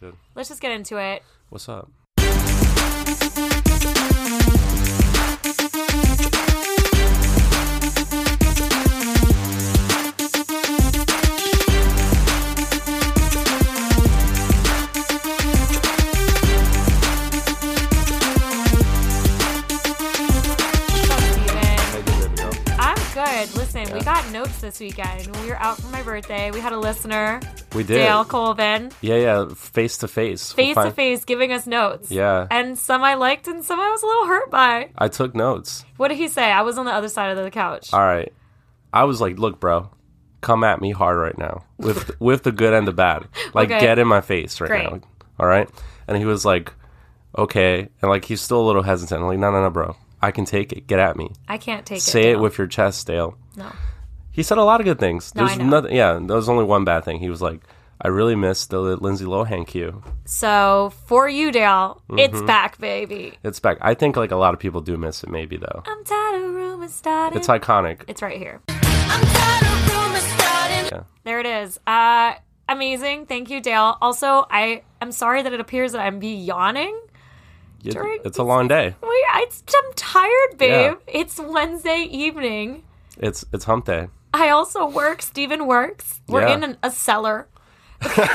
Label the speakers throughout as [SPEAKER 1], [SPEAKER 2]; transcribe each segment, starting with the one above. [SPEAKER 1] Good.
[SPEAKER 2] Let's just get into it.
[SPEAKER 1] What's up?
[SPEAKER 2] Fuck Steven.
[SPEAKER 1] Hey, you're good to go.
[SPEAKER 2] I'm good. Listen, we
[SPEAKER 1] Yeah.
[SPEAKER 2] got notes this weekend. When we were out for my birthday, we had a listener,
[SPEAKER 1] We did.
[SPEAKER 2] Dale Colvin,
[SPEAKER 1] Yeah, yeah. Face to face. We'll
[SPEAKER 2] face to
[SPEAKER 1] find-
[SPEAKER 2] face giving us notes.
[SPEAKER 1] Yeah.
[SPEAKER 2] And some I liked and some I was a little hurt by.
[SPEAKER 1] I took notes.
[SPEAKER 2] What did he say? I was on the other side of the couch.
[SPEAKER 1] All right. I was like, look, bro, come at me hard right now with with the good and the bad. Like,
[SPEAKER 2] Okay.
[SPEAKER 1] get in my face right
[SPEAKER 2] Great.
[SPEAKER 1] now. All right. And he was like, okay. And like, he's still a little hesitant. I'm like, no, no, no, bro. I can take it. Get at me.
[SPEAKER 2] I can't take it.
[SPEAKER 1] Say it
[SPEAKER 2] Dale.
[SPEAKER 1] with your chest, Dale.
[SPEAKER 2] No.
[SPEAKER 1] He said a lot of good things.
[SPEAKER 2] No, I
[SPEAKER 1] There's
[SPEAKER 2] know.
[SPEAKER 1] nothing. Yeah, there was only one bad thing. He was like, I really missed the Lindsay Lohan cue.
[SPEAKER 2] So for you, Dale, it's
[SPEAKER 1] Mm-hmm.
[SPEAKER 2] back, baby.
[SPEAKER 1] It's back. I think like a lot of people do miss it. Maybe though.
[SPEAKER 2] I'm tired of rumors starting.
[SPEAKER 1] It's iconic.
[SPEAKER 2] It's right here.
[SPEAKER 1] Yeah.
[SPEAKER 2] There it is. Uh, amazing. Thank you, Dale. Also, I I'm sorry that it appears that I'm be yawning.
[SPEAKER 1] It-
[SPEAKER 2] During-
[SPEAKER 1] it's a long day.
[SPEAKER 2] Wait, I, I'm tired, babe.
[SPEAKER 1] Yeah.
[SPEAKER 2] It's Wednesday evening.
[SPEAKER 1] It's it's hump day.
[SPEAKER 2] I also work. Steven works. We're
[SPEAKER 1] Yeah.
[SPEAKER 2] in an, a cellar.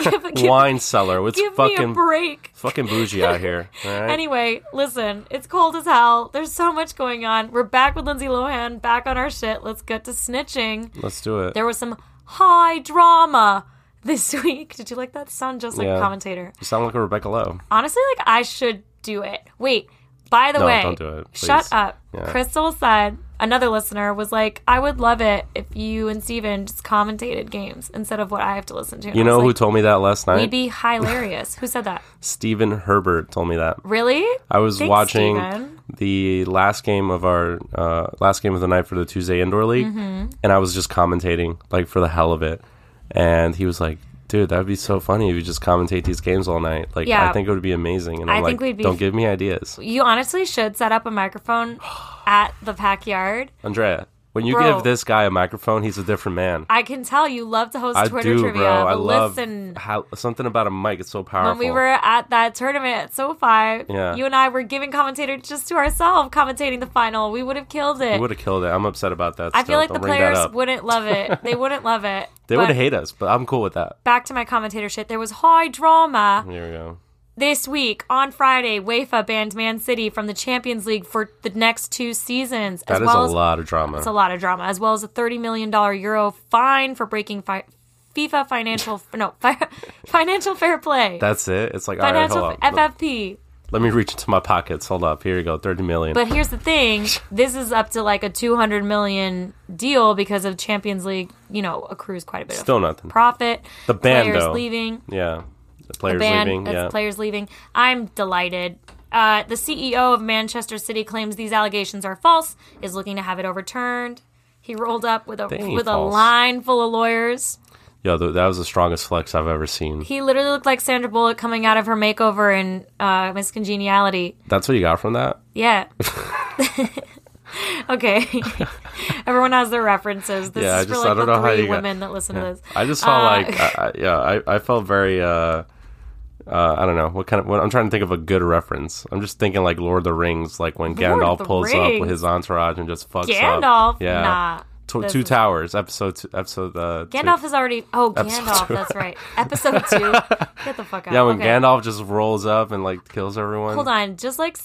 [SPEAKER 2] give give-
[SPEAKER 1] Wine cellar. It's
[SPEAKER 2] give me a
[SPEAKER 1] fucking
[SPEAKER 2] break.
[SPEAKER 1] fucking bougie out here. All right.
[SPEAKER 2] Anyway, listen, it's cold as hell. There's so much going on. We're back with Lindsay Lohan, back on our shit. Let's get to snitching.
[SPEAKER 1] Let's do it.
[SPEAKER 2] There was some high drama this week. Did you like that sound just like
[SPEAKER 1] Yeah.
[SPEAKER 2] a commentator?
[SPEAKER 1] You sound like a Rebecca Lowe.
[SPEAKER 2] Honestly, like I should do it. Wait, by the
[SPEAKER 1] No,
[SPEAKER 2] way,
[SPEAKER 1] don't do it, please.
[SPEAKER 2] shut up.
[SPEAKER 1] Yeah.
[SPEAKER 2] Crystal said another listener was like, I would love it if you and Steven just commentated games instead of what I have to listen to. And
[SPEAKER 1] You
[SPEAKER 2] I was
[SPEAKER 1] know who
[SPEAKER 2] like,
[SPEAKER 1] told me that last
[SPEAKER 2] We'd
[SPEAKER 1] night?
[SPEAKER 2] be hilarious. Who said that?
[SPEAKER 1] Stephen Herbert told me that.
[SPEAKER 2] Really?
[SPEAKER 1] I was
[SPEAKER 2] Thanks,
[SPEAKER 1] watching
[SPEAKER 2] Steven.
[SPEAKER 1] the last game of our uh, last game of the night for the Tuesday indoor league,
[SPEAKER 2] Mm-hmm.
[SPEAKER 1] and I was just commentating like for the hell of it. And he was like, "Dude, that would be so funny if you just commentate these games all night. Like,
[SPEAKER 2] Yeah.
[SPEAKER 1] I think it would be amazing." And
[SPEAKER 2] I
[SPEAKER 1] I'm
[SPEAKER 2] think
[SPEAKER 1] like,
[SPEAKER 2] we'd be-
[SPEAKER 1] "Don't give me ideas,
[SPEAKER 2] You honestly should set up a microphone at the backyard.
[SPEAKER 1] Andrea." When you
[SPEAKER 2] Bro.
[SPEAKER 1] give this guy a microphone, he's a different man.
[SPEAKER 2] I can tell you love to host
[SPEAKER 1] I
[SPEAKER 2] Twitter
[SPEAKER 1] do,
[SPEAKER 2] trivia.
[SPEAKER 1] bro. I
[SPEAKER 2] but
[SPEAKER 1] love
[SPEAKER 2] listen,
[SPEAKER 1] how something about a mic. It's so powerful.
[SPEAKER 2] when we were at that tournament at SoFi,
[SPEAKER 1] Yeah.
[SPEAKER 2] you and I were giving commentator just to ourselves, commentating the final. We would have killed it.
[SPEAKER 1] would have killed it. I'm upset about that.
[SPEAKER 2] I feel like
[SPEAKER 1] do
[SPEAKER 2] the
[SPEAKER 1] bring that
[SPEAKER 2] players
[SPEAKER 1] up.
[SPEAKER 2] wouldn't love it. They wouldn't love it.
[SPEAKER 1] They
[SPEAKER 2] But
[SPEAKER 1] would hate us, but I'm cool with that.
[SPEAKER 2] Back to my commentator shit. There was high drama
[SPEAKER 1] Here we go.
[SPEAKER 2] this week on Friday. UEFA banned Man City from the Champions League for the next two seasons,
[SPEAKER 1] That
[SPEAKER 2] as
[SPEAKER 1] is
[SPEAKER 2] well
[SPEAKER 1] a
[SPEAKER 2] as
[SPEAKER 1] lot of drama.
[SPEAKER 2] It's a lot of drama, as well as a thirty million dollar euro fine for breaking fi- FIFA financial no fi- financial fair play.
[SPEAKER 1] That's it. It's like all right,
[SPEAKER 2] financial
[SPEAKER 1] hold up.
[SPEAKER 2] FFP.
[SPEAKER 1] Let me reach into my pockets. Hold up. Here you go. Thirty million.
[SPEAKER 2] But here's the thing: this is up to like a two hundred million deal because of Champions League. You know, accrues quite a bit
[SPEAKER 1] Still
[SPEAKER 2] of
[SPEAKER 1] nothing.
[SPEAKER 2] profit.
[SPEAKER 1] The ban,
[SPEAKER 2] players
[SPEAKER 1] though.
[SPEAKER 2] leaving.
[SPEAKER 1] yeah. The players
[SPEAKER 2] ban.
[SPEAKER 1] leaving.
[SPEAKER 2] That's
[SPEAKER 1] Yeah.
[SPEAKER 2] players leaving. I'm delighted. Uh, the CEO of Manchester City claims these allegations are false. Is looking to have it overturned. He rolled up with a
[SPEAKER 1] They ain't
[SPEAKER 2] with
[SPEAKER 1] false.
[SPEAKER 2] a line full of lawyers.
[SPEAKER 1] Yo, th- that was the strongest flex I've ever seen.
[SPEAKER 2] He literally looked like Sandra Bullock coming out of her makeover in uh, Miss Congeniality.
[SPEAKER 1] That's what you got from that.
[SPEAKER 2] Yeah. okay. Everyone has their references. This
[SPEAKER 1] Yeah, I
[SPEAKER 2] is
[SPEAKER 1] just-
[SPEAKER 2] for
[SPEAKER 1] I
[SPEAKER 2] like
[SPEAKER 1] don't
[SPEAKER 2] the
[SPEAKER 1] know how
[SPEAKER 2] three
[SPEAKER 1] you got-
[SPEAKER 2] women that listen to this.
[SPEAKER 1] I just felt
[SPEAKER 2] Uh,
[SPEAKER 1] like, I, I, yeah, I, I felt very. uh uh, I don't know what kind of. What, I'm trying to think of a good reference. I'm just thinking like Lord of the Rings, like when
[SPEAKER 2] of
[SPEAKER 1] Gandalf
[SPEAKER 2] the
[SPEAKER 1] pulls up with
[SPEAKER 2] Rings.
[SPEAKER 1] his entourage and just fucks up.
[SPEAKER 2] Gandalf.
[SPEAKER 1] yeah.
[SPEAKER 2] Nah.
[SPEAKER 1] Tw-
[SPEAKER 2] This
[SPEAKER 1] two
[SPEAKER 2] is-
[SPEAKER 1] towers, episode two, episode uh, two.
[SPEAKER 2] Gandalf is already. Oh,
[SPEAKER 1] Episode
[SPEAKER 2] Gandalf.
[SPEAKER 1] two.
[SPEAKER 2] That's right. Episode two. Get the fuck out.
[SPEAKER 1] Yeah, when
[SPEAKER 2] okay.
[SPEAKER 1] Gandalf just rolls up and like kills everyone.
[SPEAKER 2] Hold on. Just like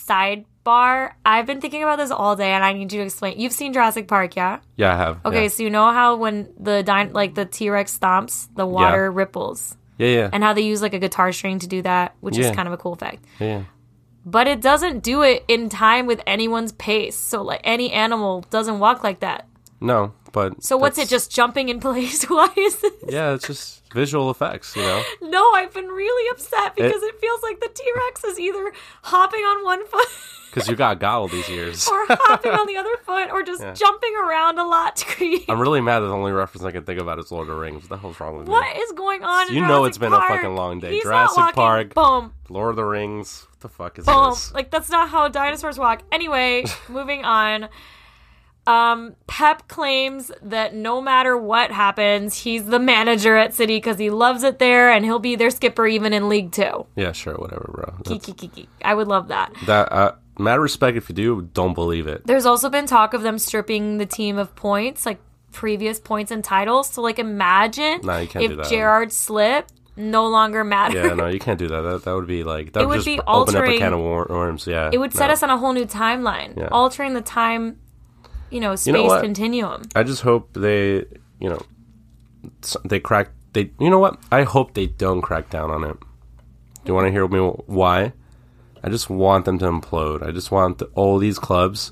[SPEAKER 2] sidebar. I've been thinking about this all day, and I need you to explain. You've seen Jurassic Park, yeah?
[SPEAKER 1] Yeah, I have.
[SPEAKER 2] Okay, so you know how when the din- like the T Rex stomps, the water ripples.
[SPEAKER 1] Yeah, yeah, yeah.
[SPEAKER 2] and how they use like a guitar string to do that, which
[SPEAKER 1] Yeah.
[SPEAKER 2] is kind of a cool fact.
[SPEAKER 1] yeah.
[SPEAKER 2] But it doesn't do it in time with anyone's pace. So like any animal doesn't walk like that.
[SPEAKER 1] No, but
[SPEAKER 2] So what's it
[SPEAKER 1] that's-
[SPEAKER 2] just jumping in place? Why is it?
[SPEAKER 1] Yeah, it's just visual effects, you know.
[SPEAKER 2] No, I've been really upset because it, feels like the T Rex is either hopping on one foot
[SPEAKER 1] Because you got gobbled these years.
[SPEAKER 2] or hopping on the other foot or just jumping around a lot to create.
[SPEAKER 1] I'm really mad that the only reference I can think about is Lord of the Rings. What the hell's wrong with me?
[SPEAKER 2] what is going on? in
[SPEAKER 1] You know
[SPEAKER 2] Jurassic
[SPEAKER 1] it's been a
[SPEAKER 2] Park?
[SPEAKER 1] fucking long day.
[SPEAKER 2] He's
[SPEAKER 1] Jurassic
[SPEAKER 2] not walking.
[SPEAKER 1] Park.
[SPEAKER 2] Boom.
[SPEAKER 1] Lord of the Rings. What the fuck is
[SPEAKER 2] Boom.
[SPEAKER 1] this?
[SPEAKER 2] Like that's not how dinosaurs walk. Anyway, moving on. Um, Pep claims that no matter what happens, he's the manager at City because he loves it there and he'll be their skipper even in League Two.
[SPEAKER 1] Yeah, sure, whatever, bro.
[SPEAKER 2] Geek,
[SPEAKER 1] That's,
[SPEAKER 2] geek, geek, geek. I would love that.
[SPEAKER 1] that uh, mad respect if you do, don't believe it.
[SPEAKER 2] There's also been talk of them stripping the team of points, like previous points and titles. So, like, imagine
[SPEAKER 1] No, you can't do
[SPEAKER 2] if
[SPEAKER 1] that.
[SPEAKER 2] Gerard slip no longer mattered.
[SPEAKER 1] Yeah, no, you can't do that. That, that would be like that
[SPEAKER 2] It
[SPEAKER 1] would,
[SPEAKER 2] would
[SPEAKER 1] just
[SPEAKER 2] be
[SPEAKER 1] open up
[SPEAKER 2] altering-
[SPEAKER 1] a can of wor- worms. Yeah,
[SPEAKER 2] It would set
[SPEAKER 1] no.
[SPEAKER 2] us on a whole new timeline,
[SPEAKER 1] Yeah.
[SPEAKER 2] altering the time, you know, space
[SPEAKER 1] know what?
[SPEAKER 2] continuum.
[SPEAKER 1] I just hope they, you know, s- they crack. They, you know what? I hope they don't crack down on it. Do you want to hear me wh- why? I just want them to implode. I just want the, all these clubs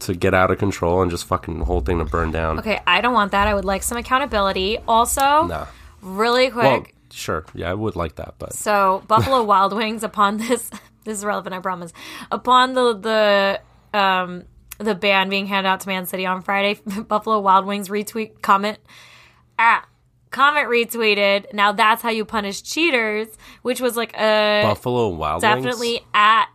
[SPEAKER 1] to get out of control and just fucking the whole thing to burn down.
[SPEAKER 2] Okay, I don't want that. I would like some accountability. Also,
[SPEAKER 1] Nah.
[SPEAKER 2] really quick.
[SPEAKER 1] Well, sure. Yeah, I would like that, but
[SPEAKER 2] So Buffalo Wild Wings upon this this is relevant, I promise. Upon the the um the ban being handed out to Man City on Friday, Buffalo Wild Wings retweet comment ah comment retweeted. Now that's how you punish cheaters, which was like a
[SPEAKER 1] Buffalo Wild Wings?
[SPEAKER 2] definitely at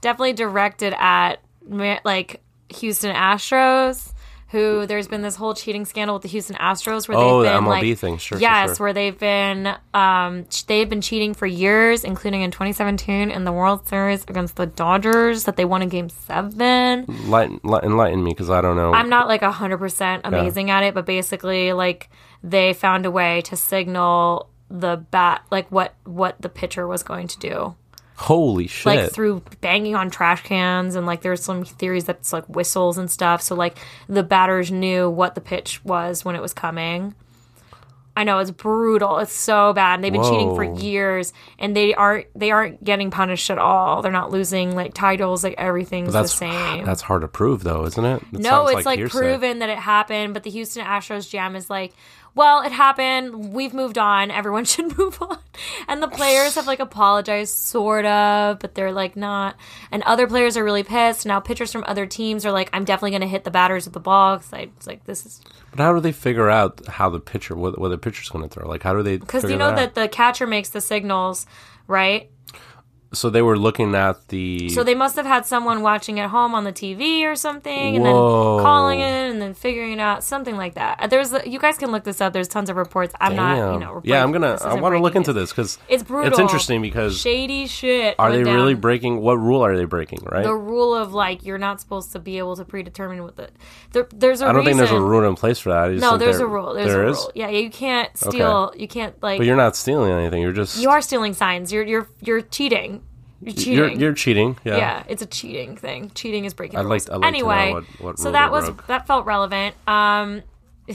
[SPEAKER 2] definitely directed at ma- like Houston Astros who there's been this whole cheating scandal with the Houston Astros where
[SPEAKER 1] Oh, the
[SPEAKER 2] they've been
[SPEAKER 1] MLB
[SPEAKER 2] like
[SPEAKER 1] thing. Sure, sure,
[SPEAKER 2] yes
[SPEAKER 1] sure.
[SPEAKER 2] where they've been um ch- they've been cheating for years including in 2017 in the World Series against the Dodgers that they won in game 7
[SPEAKER 1] Lighten, li- enlighten me because I don't know.
[SPEAKER 2] I'm not like 100% amazing at it, but basically like they found a way to signal the bat like what what the pitcher was going to do.
[SPEAKER 1] Holy shit!
[SPEAKER 2] Like through banging on trash cans and like there's some theories that's like whistles and stuff. So like the batters knew what the pitch was when it was coming. I know it's brutal. It's so bad. And they've been cheating for
[SPEAKER 1] Whoa.
[SPEAKER 2] years and they aren't they aren't getting punished at all. They're not losing like titles, like everything's the
[SPEAKER 1] that's
[SPEAKER 2] same.
[SPEAKER 1] that's hard to prove, though, isn't it? It
[SPEAKER 2] No,
[SPEAKER 1] sounds
[SPEAKER 2] it's like,
[SPEAKER 1] hearsay.
[SPEAKER 2] proven that it happened, but the Houston Astros jam is like, well, it happened. We've moved on. Everyone should move on. And the players have like apologized, sort of, but they're like not. And other players are really pissed. Now pitchers from other teams are like, I'm definitely going to hit the batters with the ball because I it's like this is
[SPEAKER 1] But how do they figure out how the pitcher what, what the pitcher's going to throw? Like how do they?
[SPEAKER 2] because you
[SPEAKER 1] figure
[SPEAKER 2] know
[SPEAKER 1] that, out?
[SPEAKER 2] that the catcher makes the signals, right?
[SPEAKER 1] So they were looking at the.
[SPEAKER 2] So they must have had someone watching at home on the TV or something, and
[SPEAKER 1] Whoa.
[SPEAKER 2] then calling in and then figuring it out, something like that. Uh, There's you guys can look this up. There's tons of reports. I'm not, you
[SPEAKER 1] Damn.
[SPEAKER 2] know, breaking-
[SPEAKER 1] yeah, I'm gonna.
[SPEAKER 2] this
[SPEAKER 1] I
[SPEAKER 2] isn't
[SPEAKER 1] want to look
[SPEAKER 2] breaking
[SPEAKER 1] into
[SPEAKER 2] news.
[SPEAKER 1] this because
[SPEAKER 2] It's brutal.
[SPEAKER 1] interesting because
[SPEAKER 2] Shady shit.
[SPEAKER 1] are they
[SPEAKER 2] went
[SPEAKER 1] really
[SPEAKER 2] down.
[SPEAKER 1] breaking? What rule are they breaking? Right.
[SPEAKER 2] the rule of like you're not supposed to be able to predetermine what the there, there's a
[SPEAKER 1] I don't
[SPEAKER 2] reason.
[SPEAKER 1] think there's a rule in place for that. I just
[SPEAKER 2] No,
[SPEAKER 1] think
[SPEAKER 2] there's
[SPEAKER 1] there-
[SPEAKER 2] a rule. There's
[SPEAKER 1] there
[SPEAKER 2] a
[SPEAKER 1] is?
[SPEAKER 2] rule. Yeah, you can't steal. You can't like
[SPEAKER 1] But you're not stealing anything. You're just.
[SPEAKER 2] you are stealing signs. You're you're you're cheating. You're cheating.
[SPEAKER 1] You're, you're cheating. Yeah.
[SPEAKER 2] yeah, it's a cheating thing. Cheating is breaking.
[SPEAKER 1] I'd
[SPEAKER 2] rules.
[SPEAKER 1] like- I'd like to
[SPEAKER 2] anyway,
[SPEAKER 1] know what- what
[SPEAKER 2] so
[SPEAKER 1] rule
[SPEAKER 2] that
[SPEAKER 1] they
[SPEAKER 2] was
[SPEAKER 1] broke.
[SPEAKER 2] that felt relevant. Um,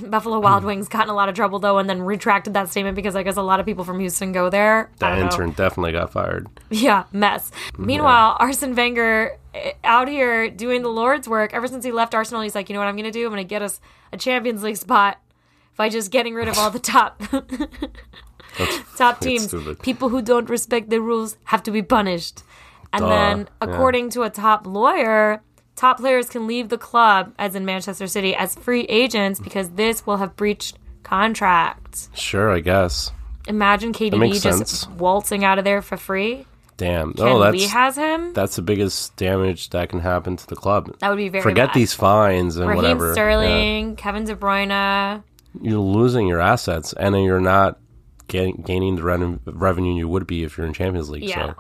[SPEAKER 2] Buffalo Wild Wings got in a lot of trouble though, and then retracted that statement because I guess a lot of people from Houston go there. I
[SPEAKER 1] That
[SPEAKER 2] don't know.
[SPEAKER 1] intern definitely got fired.
[SPEAKER 2] Yeah, mess. Meanwhile, Arsene Wenger eh, out here doing the Lord's work. Ever since he left Arsenal, he's like, you know what I'm going to do? I'm going to get us a Champions League spot by just getting rid of all the top top teams.
[SPEAKER 1] stupid.
[SPEAKER 2] People who don't respect the rules have to be punished. And
[SPEAKER 1] Duh,
[SPEAKER 2] then,
[SPEAKER 1] yeah.
[SPEAKER 2] according to a top lawyer, top players can leave the club, as in Manchester City, as free agents because this will have breached contract.
[SPEAKER 1] Sure, I guess.
[SPEAKER 2] Imagine KDB
[SPEAKER 1] makes
[SPEAKER 2] just
[SPEAKER 1] sense.
[SPEAKER 2] waltzing out of there for free.
[SPEAKER 1] Damn.
[SPEAKER 2] and
[SPEAKER 1] oh, that's
[SPEAKER 2] we has him.
[SPEAKER 1] that's the biggest damage that can happen to the club.
[SPEAKER 2] That would be very
[SPEAKER 1] Forget
[SPEAKER 2] bad.
[SPEAKER 1] these fines and
[SPEAKER 2] Raheem
[SPEAKER 1] whatever. Yeah.
[SPEAKER 2] Sterling, Kevin De Bruyne.
[SPEAKER 1] you're losing your assets and then you're not gain, gaining the reven- revenue you would be if you're in Champions League.
[SPEAKER 2] Yeah.
[SPEAKER 1] So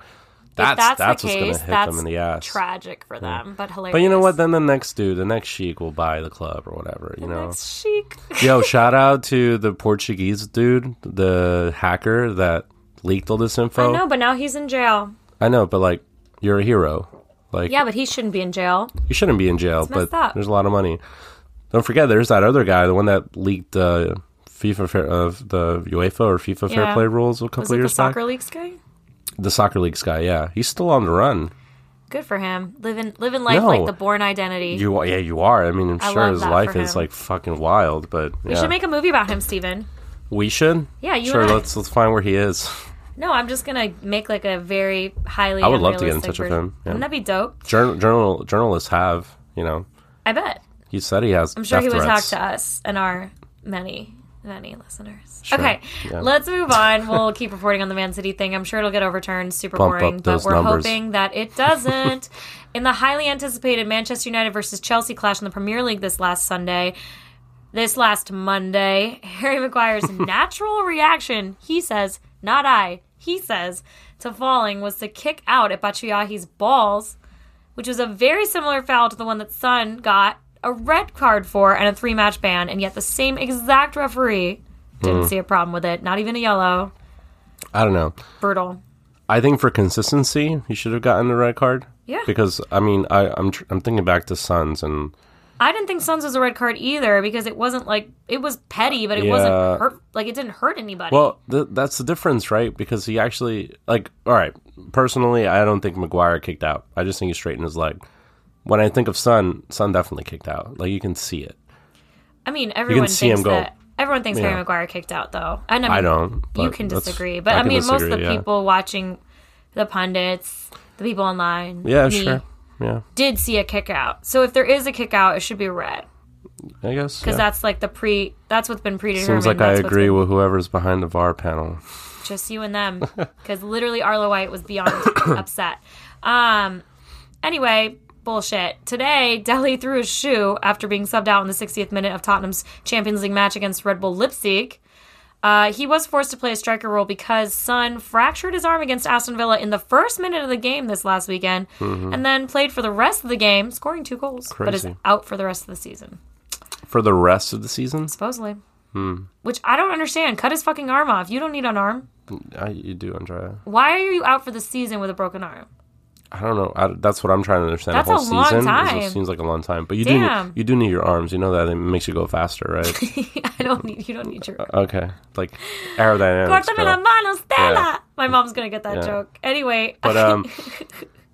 [SPEAKER 1] that's
[SPEAKER 2] That's,
[SPEAKER 1] that's,
[SPEAKER 2] the
[SPEAKER 1] what's
[SPEAKER 2] case.
[SPEAKER 1] going to hit
[SPEAKER 2] that's
[SPEAKER 1] them in the ass.
[SPEAKER 2] tragic for them, but hilarious.
[SPEAKER 1] but you know what? Then the next dude, the next sheik will buy the club or whatever. You know.
[SPEAKER 2] That's chic.
[SPEAKER 1] Yo, shout out to the Portuguese dude, the hacker that leaked all this info.
[SPEAKER 2] I know, but now he's in jail.
[SPEAKER 1] I know, but like, you're a hero. Like,
[SPEAKER 2] Yeah, but he shouldn't be in jail.
[SPEAKER 1] you shouldn't be in jail,
[SPEAKER 2] messed
[SPEAKER 1] but
[SPEAKER 2] up.
[SPEAKER 1] there's a lot of money. Don't forget, there's that other guy, the one that leaked uh, FIFA fair, uh, the UEFA or FIFA
[SPEAKER 2] Yeah.
[SPEAKER 1] fair play rules a couple
[SPEAKER 2] Was it the
[SPEAKER 1] years back.
[SPEAKER 2] soccer leagues guy?
[SPEAKER 1] The soccer leagues guy, yeah, he's still on the run.
[SPEAKER 2] Good for him. Living living life
[SPEAKER 1] No.
[SPEAKER 2] like the born identity.
[SPEAKER 1] You, yeah, you are. I mean, I'm
[SPEAKER 2] I
[SPEAKER 1] sure
[SPEAKER 2] love
[SPEAKER 1] his
[SPEAKER 2] that
[SPEAKER 1] life
[SPEAKER 2] for
[SPEAKER 1] is
[SPEAKER 2] him.
[SPEAKER 1] like fucking wild, but yeah.
[SPEAKER 2] We should make a movie about him, Steven.
[SPEAKER 1] we should.
[SPEAKER 2] Yeah, you
[SPEAKER 1] sure.
[SPEAKER 2] and I.
[SPEAKER 1] Let's let's find where he is.
[SPEAKER 2] No, I'm just gonna make like a very highly.
[SPEAKER 1] I would love to get in
[SPEAKER 2] unrealistic
[SPEAKER 1] touch with
[SPEAKER 2] version.
[SPEAKER 1] him, yeah.
[SPEAKER 2] Wouldn't that be dope?
[SPEAKER 1] Journal, journal journalists have, you know,
[SPEAKER 2] I bet.
[SPEAKER 1] he said he has.
[SPEAKER 2] I'm sure
[SPEAKER 1] death
[SPEAKER 2] he was hacked
[SPEAKER 1] threats.
[SPEAKER 2] to us and our many. any listeners.
[SPEAKER 1] Sure.
[SPEAKER 2] Okay,
[SPEAKER 1] Yeah.
[SPEAKER 2] let's move on. We'll keep reporting on the Man City thing. I'm sure it'll get overturned. Super
[SPEAKER 1] Bump
[SPEAKER 2] boring,
[SPEAKER 1] up
[SPEAKER 2] but
[SPEAKER 1] those
[SPEAKER 2] we're
[SPEAKER 1] numbers.
[SPEAKER 2] hoping that it doesn't. In the highly anticipated Manchester United versus Chelsea clash in the Premier League this last Sunday, this last Monday, Harry Maguire's natural reaction, he says, not I, he says, to falling was to kick out at Batshuayi's balls, which was a very similar foul to the one that Son got a red card for and a three match ban, and yet the same exact referee didn't
[SPEAKER 1] Hmm.
[SPEAKER 2] see a problem with it, not even a yellow.
[SPEAKER 1] I don't know.
[SPEAKER 2] Brutal.
[SPEAKER 1] I think for consistency, he should have gotten a red card.
[SPEAKER 2] Yeah.
[SPEAKER 1] Because I mean, I, I'm tr- I'm thinking back to Suns and
[SPEAKER 2] I didn't think Sons was a red card either because it wasn't like it was petty, but it
[SPEAKER 1] Yeah.
[SPEAKER 2] wasn't hurt. Like it didn't hurt anybody.
[SPEAKER 1] well, th- that's the difference, right? Because he actually like all right. Personally, I don't think Maguire kicked out. I just think he straightened his leg. When I think of Sun, Sun definitely kicked out. Like you can see it.
[SPEAKER 2] I mean, everyone
[SPEAKER 1] see
[SPEAKER 2] thinks
[SPEAKER 1] him go.
[SPEAKER 2] that everyone thinks
[SPEAKER 1] Yeah.
[SPEAKER 2] Harry Maguire kicked out though. And I, mean,
[SPEAKER 1] I don't.
[SPEAKER 2] You
[SPEAKER 1] but
[SPEAKER 2] can
[SPEAKER 1] that's-
[SPEAKER 2] disagree, but I,
[SPEAKER 1] can
[SPEAKER 2] mean, most of the
[SPEAKER 1] disagree, yeah.
[SPEAKER 2] people watching, the pundits, the people online,
[SPEAKER 1] Yeah,
[SPEAKER 2] me,
[SPEAKER 1] sure. Yeah,
[SPEAKER 2] did see a kick out. So if there is a kick out, it should be red
[SPEAKER 1] I guess.
[SPEAKER 2] because
[SPEAKER 1] Yeah.
[SPEAKER 2] that's like the pre. That's what's been predetermined.
[SPEAKER 1] Seems like I
[SPEAKER 2] That's what's
[SPEAKER 1] agree
[SPEAKER 2] been-
[SPEAKER 1] with whoever's behind the VAR panel.
[SPEAKER 2] just you and them because literally Arlo White was beyond upset. Um, anyway, bullshit. Today, Delhi threw his shoe after being subbed out in the 60th minute of Tottenham's Champions League match against Red Bull Leipzig. Uh, he was forced to play a striker role because Son fractured his arm against Aston Villa in the first minute of the game this last weekend, and then played for the rest of the game, scoring two goals, but is
[SPEAKER 1] Crazy.
[SPEAKER 2] out for the rest of the season
[SPEAKER 1] For the rest of the season,
[SPEAKER 2] supposedly. Which I don't understand. Cut his fucking arm off. You don't need an arm.
[SPEAKER 1] I, you do, Andrea.
[SPEAKER 2] Why are you out for the season with a broken arm?
[SPEAKER 1] I don't know. I, that's what I'm trying to understand.
[SPEAKER 2] That's
[SPEAKER 1] the
[SPEAKER 2] a
[SPEAKER 1] whole
[SPEAKER 2] long
[SPEAKER 1] season is-
[SPEAKER 2] time.
[SPEAKER 1] It seems like a long time, but you do
[SPEAKER 2] Damn.
[SPEAKER 1] need, you do need your arms. You know that it makes you go faster, right?
[SPEAKER 2] I don't need you don't need your
[SPEAKER 1] okay, like aerodynamics.
[SPEAKER 2] Córtame
[SPEAKER 1] girl.
[SPEAKER 2] la mano, Stella.
[SPEAKER 1] Yeah.
[SPEAKER 2] My mom's gonna get that
[SPEAKER 1] Yeah.
[SPEAKER 2] joke. Anyway,
[SPEAKER 1] But um,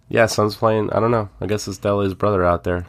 [SPEAKER 1] yeah, son's playing. I don't know. I guess it's Dele's brother out there.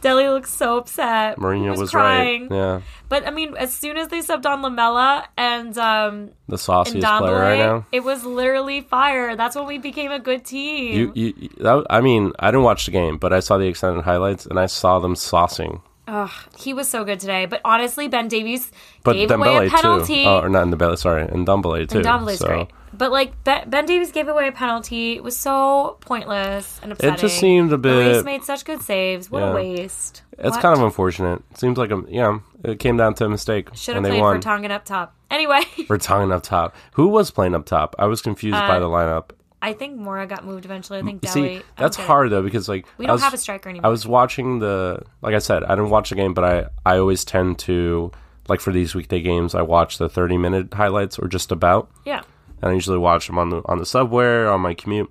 [SPEAKER 2] Deli looks so upset.
[SPEAKER 1] Mourinho
[SPEAKER 2] was,
[SPEAKER 1] was,
[SPEAKER 2] crying.
[SPEAKER 1] right. Yeah,
[SPEAKER 2] But I mean, as soon as they subbed on Lamella and um
[SPEAKER 1] the
[SPEAKER 2] and
[SPEAKER 1] sauciest player right
[SPEAKER 2] Dombele,
[SPEAKER 1] now.
[SPEAKER 2] it was literally fire. That's when we became a good team.
[SPEAKER 1] You, you, you- that, I mean, I didn't watch the game, but I saw the extended highlights and I saw them saucing.
[SPEAKER 2] Ugh, he was so good today. But honestly, Ben Davies
[SPEAKER 1] But
[SPEAKER 2] gave away
[SPEAKER 1] Dembele
[SPEAKER 2] a penalty.
[SPEAKER 1] too. Oh, or not in the belly. Sorry, and Dembele too.
[SPEAKER 2] And Dombele's
[SPEAKER 1] so
[SPEAKER 2] great. But like ben, ben Davies gave away a penalty. It was so pointless and upsetting.
[SPEAKER 1] it just seemed a
[SPEAKER 2] Maurice
[SPEAKER 1] bit.
[SPEAKER 2] made such good saves. What
[SPEAKER 1] Yeah.
[SPEAKER 2] a waste.
[SPEAKER 1] It's kind of unfortunate. seems like a yeah. It came down to a mistake,
[SPEAKER 2] should have
[SPEAKER 1] and they
[SPEAKER 2] played
[SPEAKER 1] won.
[SPEAKER 2] for Tongan up top. Anyway,
[SPEAKER 1] Vertonghen up top. Who was playing up top? I was confused
[SPEAKER 2] Uh,
[SPEAKER 1] by the lineup.
[SPEAKER 2] I think Mora got moved eventually. I think
[SPEAKER 1] You
[SPEAKER 2] Deli.
[SPEAKER 1] see, that's hard though because like
[SPEAKER 2] We
[SPEAKER 1] I
[SPEAKER 2] don't
[SPEAKER 1] was-
[SPEAKER 2] have a striker
[SPEAKER 1] I
[SPEAKER 2] anymore.
[SPEAKER 1] was watching the like I said, I didn't watch the game, but I I always tend to like for these weekday games, I watch the thirty minute highlights or just about,
[SPEAKER 2] yeah.
[SPEAKER 1] and I usually watch them on the on the subway or on my commute.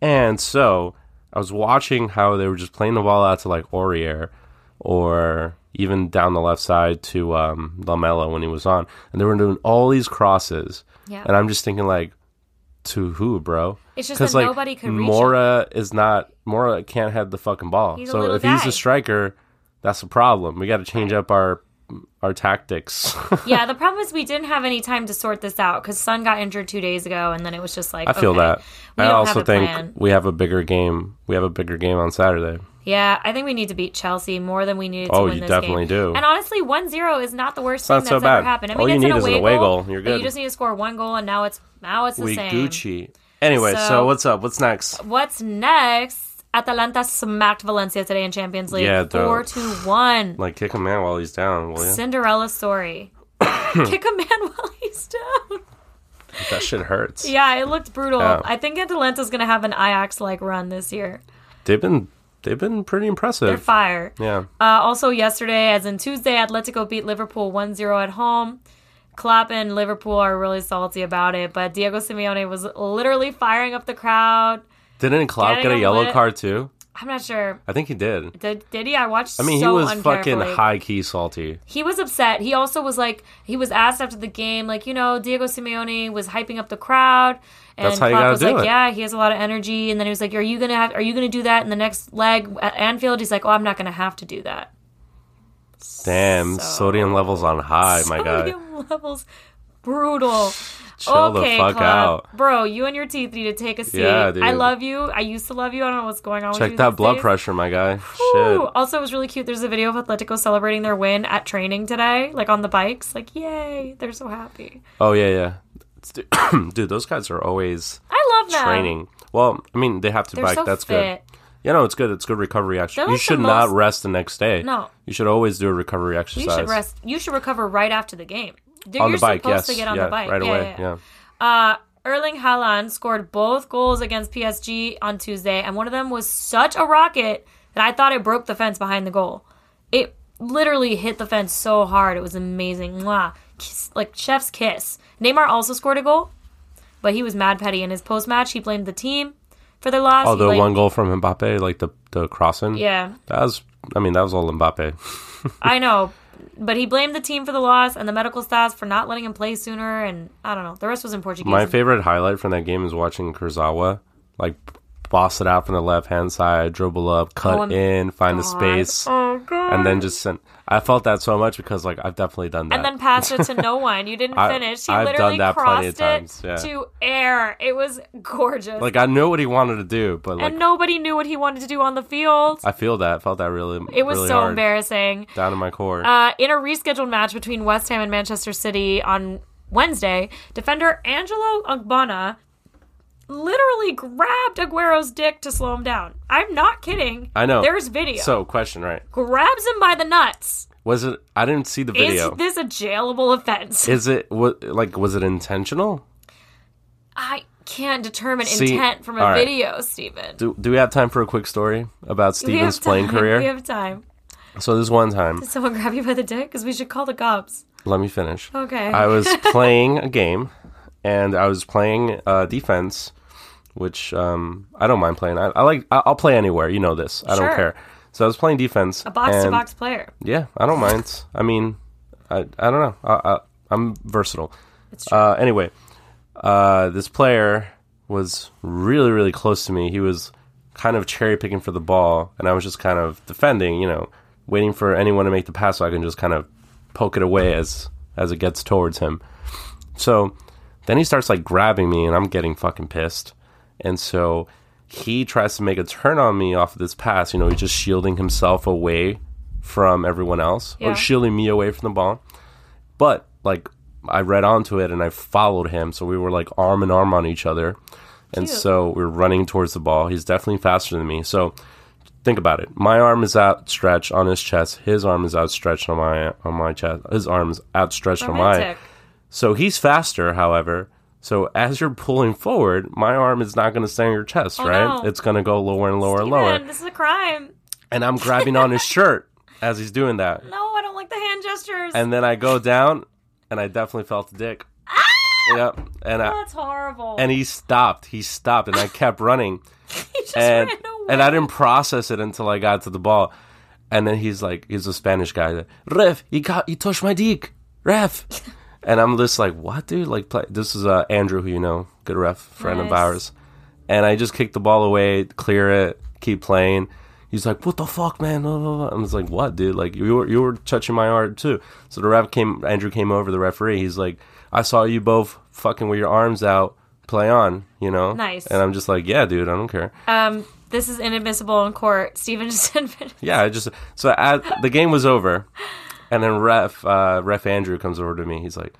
[SPEAKER 1] And so I was watching how they were just playing the ball out to like Aurier or even down the left side to um, Lamella when he was on, and they were doing all these crosses,
[SPEAKER 2] Yeah.
[SPEAKER 1] and I'm just thinking like, to who, bro?
[SPEAKER 2] It's just
[SPEAKER 1] 'Cause,
[SPEAKER 2] that
[SPEAKER 1] like,
[SPEAKER 2] nobody could reach
[SPEAKER 1] Mora is not Mora can't head the fucking ball.
[SPEAKER 2] He's a
[SPEAKER 1] so
[SPEAKER 2] little
[SPEAKER 1] if he's
[SPEAKER 2] guy.
[SPEAKER 1] a striker, that's a problem. We got to change up our our tactics.
[SPEAKER 2] yeah, the problem is we didn't have any time to sort this out because Sun got injured two days ago, and then it was just like
[SPEAKER 1] I feel
[SPEAKER 2] okay.
[SPEAKER 1] that.
[SPEAKER 2] We
[SPEAKER 1] I
[SPEAKER 2] don't
[SPEAKER 1] also
[SPEAKER 2] have a
[SPEAKER 1] think
[SPEAKER 2] plan.
[SPEAKER 1] we have a bigger game. We have a bigger game on Saturday.
[SPEAKER 2] Yeah, I think we need to beat Chelsea more than we needed to
[SPEAKER 1] Oh,
[SPEAKER 2] win
[SPEAKER 1] you
[SPEAKER 2] this
[SPEAKER 1] definitely
[SPEAKER 2] game.
[SPEAKER 1] do.
[SPEAKER 2] And honestly, 1-0 is not the worst
[SPEAKER 1] not
[SPEAKER 2] thing
[SPEAKER 1] so
[SPEAKER 2] that's ever
[SPEAKER 1] bad.
[SPEAKER 2] happened. I mean,
[SPEAKER 1] All you
[SPEAKER 2] it's
[SPEAKER 1] need
[SPEAKER 2] an
[SPEAKER 1] is
[SPEAKER 2] away
[SPEAKER 1] an away
[SPEAKER 2] goal.
[SPEAKER 1] goal. You're
[SPEAKER 2] but
[SPEAKER 1] good.
[SPEAKER 2] you just need to score one goal, and now it's now it's the
[SPEAKER 1] we
[SPEAKER 2] same.
[SPEAKER 1] Gucci. Anyway, so,
[SPEAKER 2] So-
[SPEAKER 1] what's up? What's next?
[SPEAKER 2] What's next? Atalanta smacked Valencia today in Champions League,
[SPEAKER 1] Yeah, the-
[SPEAKER 2] four to one.
[SPEAKER 1] Like kick a man while he's down, will you?
[SPEAKER 2] Cinderella story. Kick a man while he's down.
[SPEAKER 1] That shit hurts.
[SPEAKER 2] Yeah, it looked brutal.
[SPEAKER 1] Yeah.
[SPEAKER 2] I think Atalanta's gonna have an Ajax like run this year.
[SPEAKER 1] They've been they've been pretty
[SPEAKER 2] They're
[SPEAKER 1] impressive.
[SPEAKER 2] fire.
[SPEAKER 1] yeah.
[SPEAKER 2] Uh, also, yesterday, as in Tuesday, Atletico beat Liverpool 1 0 at home. Klopp and Liverpool are really salty about it, but Diego Simeone was literally firing up the crowd.
[SPEAKER 1] Didn't Klopp
[SPEAKER 2] Getting
[SPEAKER 1] get a
[SPEAKER 2] him
[SPEAKER 1] yellow
[SPEAKER 2] lit.
[SPEAKER 1] card too?
[SPEAKER 2] I'm not sure.
[SPEAKER 1] I think he did.
[SPEAKER 2] Did, did he? I watched.
[SPEAKER 1] I mean,
[SPEAKER 2] so
[SPEAKER 1] he was fucking
[SPEAKER 2] uncarefully.
[SPEAKER 1] high key salty.
[SPEAKER 2] He was upset. He also was like, he was asked after the game, like, you know, Diego Simeone was hyping up the crowd, and
[SPEAKER 1] That's how you
[SPEAKER 2] Klopp
[SPEAKER 1] gotta
[SPEAKER 2] was
[SPEAKER 1] do
[SPEAKER 2] like,
[SPEAKER 1] it.
[SPEAKER 2] yeah, he has a lot of energy. And then he was like, are you gonna have? Are you gonna do that in the next leg at Anfield? He's like, oh, I'm not gonna have to do that.
[SPEAKER 1] Damn,
[SPEAKER 2] So-
[SPEAKER 1] sodium levels on high, Oh, my guy.
[SPEAKER 2] Sodium levels brutal.
[SPEAKER 1] chill the fuck
[SPEAKER 2] Club.
[SPEAKER 1] out.
[SPEAKER 2] bro. You and your teeth need to take a seat.
[SPEAKER 1] Yeah, dude.
[SPEAKER 2] I love you. I used to love you. I don't know what's going on. with
[SPEAKER 1] Check
[SPEAKER 2] you
[SPEAKER 1] that
[SPEAKER 2] these
[SPEAKER 1] blood
[SPEAKER 2] days.
[SPEAKER 1] pressure, my guy.
[SPEAKER 2] Ooh.
[SPEAKER 1] Shit.
[SPEAKER 2] Also, it was really cute. There's a video of Atletico celebrating their win at training today, like on the bikes. Like, yay! They're so happy.
[SPEAKER 1] Oh yeah, yeah. It's- Dude, those guys are always
[SPEAKER 2] I love them.
[SPEAKER 1] training. Well, I mean, they have to
[SPEAKER 2] They're
[SPEAKER 1] bike.
[SPEAKER 2] so
[SPEAKER 1] That's good.
[SPEAKER 2] fit.
[SPEAKER 1] Yeah, no, it's good. It's good recovery
[SPEAKER 2] They're
[SPEAKER 1] exercise.
[SPEAKER 2] like
[SPEAKER 1] You
[SPEAKER 2] the
[SPEAKER 1] should not
[SPEAKER 2] most-
[SPEAKER 1] rest the next day.
[SPEAKER 2] No.
[SPEAKER 1] You should always do a recovery exercise.
[SPEAKER 2] You should rest. You should recover right after the game. Dude,
[SPEAKER 1] On
[SPEAKER 2] You're
[SPEAKER 1] the bike,
[SPEAKER 2] supposed
[SPEAKER 1] yes.
[SPEAKER 2] to get on
[SPEAKER 1] yeah,
[SPEAKER 2] the bike
[SPEAKER 1] right
[SPEAKER 2] Yeah,
[SPEAKER 1] away.
[SPEAKER 2] yeah, yeah. Uh, Erling Haaland scored both goals against PSG on Tuesday, and one of them was such a rocket that I thought it broke the fence behind the goal. It literally hit the fence so hard. It was amazing. Mwah. Kiss, like chef's kiss. Neymar also scored a goal, but he was mad petty. In his post match, he blamed the team for their loss. He
[SPEAKER 1] Oh, the
[SPEAKER 2] blamed-
[SPEAKER 1] one goal from Mbappe, like the the crossing.
[SPEAKER 2] Yeah,
[SPEAKER 1] That was. I mean, that was all Mbappe.
[SPEAKER 2] I know. But he blamed the team for the loss and the medical staff for not letting him play sooner. And I don't know. The rest was in Portuguese.
[SPEAKER 1] My favorite highlight from that game is watching Kurzawa like boss it out from the left hand side, dribble up,
[SPEAKER 2] Oh,
[SPEAKER 1] cut
[SPEAKER 2] I'm-
[SPEAKER 1] in, find the
[SPEAKER 2] God.
[SPEAKER 1] space,
[SPEAKER 2] Oh, God.
[SPEAKER 1] and then just send. I felt that so much because like I've definitely done that.
[SPEAKER 2] and then passed it to no one. You didn't
[SPEAKER 1] I-
[SPEAKER 2] finish. He
[SPEAKER 1] I've done
[SPEAKER 2] literally
[SPEAKER 1] that plenty of
[SPEAKER 2] crossed
[SPEAKER 1] times,
[SPEAKER 2] it
[SPEAKER 1] yeah.
[SPEAKER 2] to air. It was gorgeous.
[SPEAKER 1] like I knew what he wanted to do, but like
[SPEAKER 2] and nobody knew what he wanted to do on the field.
[SPEAKER 1] I feel that felt that really.
[SPEAKER 2] It was
[SPEAKER 1] really
[SPEAKER 2] so
[SPEAKER 1] hard,
[SPEAKER 2] embarrassing.
[SPEAKER 1] Down in my core.
[SPEAKER 2] Uh, in a rescheduled match between West Ham and Manchester City on Wednesday, defender Angelo Ogbonna literally grabbed Aguero's dick to slow him down. I'm not kidding.
[SPEAKER 1] I know.
[SPEAKER 2] There's video.
[SPEAKER 1] so question right?
[SPEAKER 2] grabs him by the nuts.
[SPEAKER 1] Was it? I didn't see the video.
[SPEAKER 2] Is this a jailable offense?
[SPEAKER 1] Is it what like was it intentional?
[SPEAKER 2] I can't determine
[SPEAKER 1] See,
[SPEAKER 2] intent from a
[SPEAKER 1] all right.
[SPEAKER 2] video, Steven.
[SPEAKER 1] Do, do we have time for a quick story about
[SPEAKER 2] We
[SPEAKER 1] Steven's
[SPEAKER 2] have
[SPEAKER 1] playing
[SPEAKER 2] time.
[SPEAKER 1] career?
[SPEAKER 2] We have time.
[SPEAKER 1] so this one time,
[SPEAKER 2] Did someone grab you by the dick? Because we should call the cops.
[SPEAKER 1] let me finish.
[SPEAKER 2] Okay.
[SPEAKER 1] I was playing a game, and I was playing uh, defense, which um, I don't mind playing. I, I like. I, I'll play anywhere. You know this. I
[SPEAKER 2] Sure.
[SPEAKER 1] don't care. So I was playing defense.
[SPEAKER 2] a box to box player.
[SPEAKER 1] Yeah, I don't mind. I mean, I, I don't know. I, I, I'm versatile.
[SPEAKER 2] It's
[SPEAKER 1] Uh, anyway, uh, this player was really, really close to me. He was kind of cherry picking for the ball, and I was just kind of defending, you know, waiting for anyone to make the pass so I can just kind of poke it away as as it gets towards him. So then he starts like grabbing me, and I'm getting fucking pissed. And so he tries to make a turn on me off of this pass. You know, he's just shielding himself away from everyone else,
[SPEAKER 2] Yeah.
[SPEAKER 1] or shielding me away from the ball. But like, I read onto it and I followed him, so we were like arm in arm on each other. And
[SPEAKER 2] Cute.
[SPEAKER 1] so we we're running towards the ball. He's definitely faster than me. So think about it. My arm is outstretched on his chest. His arm is outstretched on my on my chest. His arm is outstretched on mine.
[SPEAKER 2] Romantic.
[SPEAKER 1] So he's faster, however. So as you're pulling forward, my arm is not going to stay on your chest, right?
[SPEAKER 2] Oh, no.
[SPEAKER 1] It's going to go lower and lower
[SPEAKER 2] Steven,
[SPEAKER 1] and lower.
[SPEAKER 2] this is a crime.
[SPEAKER 1] And I'm grabbing on his shirt as he's doing that.
[SPEAKER 2] No, I don't like the hand gestures.
[SPEAKER 1] And then I go down, and I definitely felt the dick. Yep. And I,
[SPEAKER 2] That's horrible.
[SPEAKER 1] and he stopped. He stopped, and I kept running.
[SPEAKER 2] he just
[SPEAKER 1] and
[SPEAKER 2] ran away.
[SPEAKER 1] and I didn't process it until I got to the ball. And then he's like, he's a Spanish guy. Ref, he got, he touched my dick, ref. and I'm just like, what, dude? Like, play. this is uh, Andrew, who you know, good ref, friend of
[SPEAKER 2] Nice.
[SPEAKER 1] ours. And I just kicked the ball away, clear it, keep playing. He's like, what the fuck, man? Blah, blah, blah. I was like, what, dude? Like, you were you were touching my arm too. So the ref came, Andrew came over, the referee. He's like, I saw you both fucking with your arms out. Play on, you know.
[SPEAKER 2] Nice.
[SPEAKER 1] And I'm just like, yeah, dude, I don't care.
[SPEAKER 2] um, this is inadmissible in court. Steven just admitted.
[SPEAKER 1] Yeah, I just so as the game was over, and then ref uh, ref Andrew comes over to me. He's like,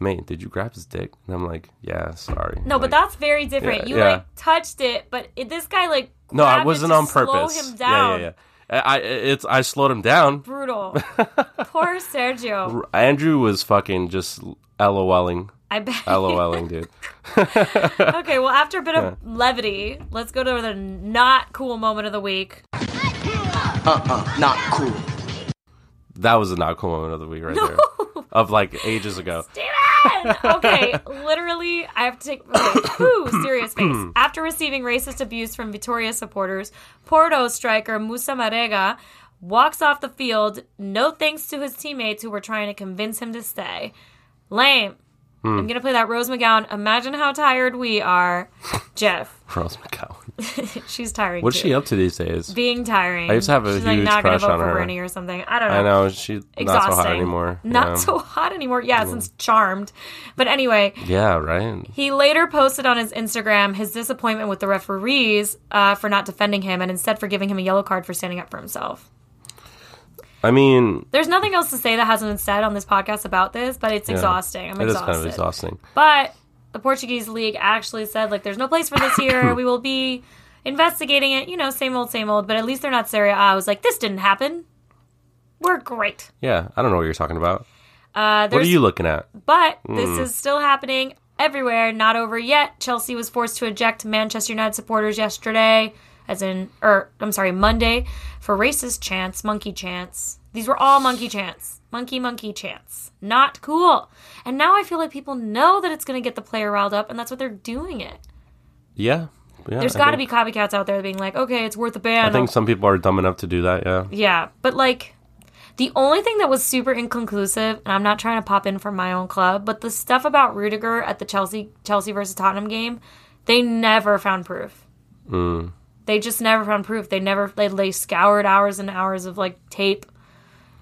[SPEAKER 1] "Mate, did you grab his dick?" And I'm like, "Yeah, sorry."
[SPEAKER 2] No, but
[SPEAKER 1] Like,
[SPEAKER 2] that's very different.
[SPEAKER 1] Yeah,
[SPEAKER 2] you
[SPEAKER 1] yeah.
[SPEAKER 2] like touched it, but it, this guy like
[SPEAKER 1] no,
[SPEAKER 2] grabbed
[SPEAKER 1] I
[SPEAKER 2] it
[SPEAKER 1] wasn't
[SPEAKER 2] to
[SPEAKER 1] on purpose.
[SPEAKER 2] Slow him down.
[SPEAKER 1] Yeah, yeah, yeah. I I- it's I slowed him down.
[SPEAKER 2] Brutal. Poor Sergio.
[SPEAKER 1] Andrew was fucking just loling,
[SPEAKER 2] I bet.
[SPEAKER 1] loling, dude.
[SPEAKER 2] Okay, well, after a bit of levity, let's go to the not cool moment of the week.
[SPEAKER 3] Not cool.
[SPEAKER 1] That was a not cool moment of the week right there, of like ages ago.
[SPEAKER 2] Steven! Okay, literally, I have to take okay, whew, serious face.
[SPEAKER 1] Hmm.
[SPEAKER 2] After receiving racist abuse from Vitoria supporters, Porto striker Musa Marega walks off the field, no thanks to his teammates who were trying to convince him to stay. Lame.
[SPEAKER 1] Hmm.
[SPEAKER 2] I'm gonna play that Rose McGowan. Imagine how tired we are, Jeff.
[SPEAKER 1] Rose McGowan.
[SPEAKER 2] She's tiring.
[SPEAKER 1] What's
[SPEAKER 2] too.
[SPEAKER 1] she up to these days?
[SPEAKER 2] Being tiring. I
[SPEAKER 1] used to have a
[SPEAKER 2] She's like
[SPEAKER 1] huge
[SPEAKER 2] not
[SPEAKER 1] crush
[SPEAKER 2] gonna vote
[SPEAKER 1] on
[SPEAKER 2] for
[SPEAKER 1] her.
[SPEAKER 2] Bernie or something. I don't know.
[SPEAKER 1] I know she's not
[SPEAKER 2] Exhausting.
[SPEAKER 1] so hot anymore.
[SPEAKER 2] Not
[SPEAKER 1] yeah.
[SPEAKER 2] so hot anymore. Yeah, since Charmed. But anyway,
[SPEAKER 1] Yeah, right.
[SPEAKER 2] He later posted on his Instagram his disappointment with the referees uh, for not defending him and instead for giving him a yellow card for standing up for himself.
[SPEAKER 1] I mean,
[SPEAKER 2] There's nothing else to say that hasn't been said on this podcast about this, but it's
[SPEAKER 1] yeah.
[SPEAKER 2] exhausting. I'm
[SPEAKER 1] It is
[SPEAKER 2] exhausted.
[SPEAKER 1] kind of exhausting.
[SPEAKER 2] But the Portuguese league actually said like, "There's no place for this here. we will be investigating it. You know, same old, same old." But at least they're not Serie A. I was like, "This didn't happen. We're great."
[SPEAKER 1] Yeah, I don't know what you're talking about.
[SPEAKER 2] Uh,
[SPEAKER 1] What are
[SPEAKER 2] there's-
[SPEAKER 1] you looking at?
[SPEAKER 2] But
[SPEAKER 1] Hmm.
[SPEAKER 2] this is still happening everywhere, not over yet. Chelsea was forced to eject Manchester United supporters yesterday, as in, or I'm sorry, Monday, for racist chants, monkey chants. These were all monkey chants. Monkey, monkey chants. Not cool. And now I feel like people know that it's going to get the player riled up, and that's what they're doing it.
[SPEAKER 1] Yeah, yeah.
[SPEAKER 2] There's
[SPEAKER 1] I
[SPEAKER 2] got to be
[SPEAKER 1] think-
[SPEAKER 2] copycats out there being like, okay, it's worth a ban.
[SPEAKER 1] I think some people are dumb enough to do that. Yeah.
[SPEAKER 2] Yeah, but like the only thing that was super inconclusive, and I'm not trying to pop in for my own club, but the stuff about Rudiger at the Chelsea Chelsea versus Tottenham game, they never found proof.
[SPEAKER 1] Mm.
[SPEAKER 2] They just never found proof. They never they, they scoured hours and hours of like tape,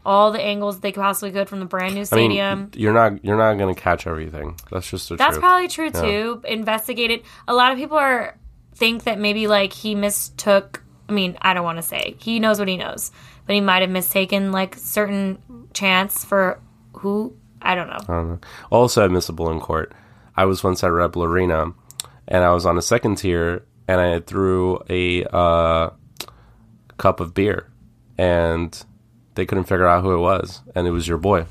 [SPEAKER 2] all the angles they possibly could from the brand new
[SPEAKER 1] I mean,
[SPEAKER 2] stadium.
[SPEAKER 1] you're not you're not gonna catch everything. That's just the
[SPEAKER 2] That's
[SPEAKER 1] truth.
[SPEAKER 2] probably true too. Investigated. A lot of people are think that maybe like he mistook. I mean, I don't want to say he knows what he knows, but he might have mistaken like certain chance for who. I don't know.
[SPEAKER 1] Um, also admissible in court. I was once at Rebel Arena, and I was on a second tier, and I threw a uh, cup of beer, and they couldn't figure out who it was, and it was your boy.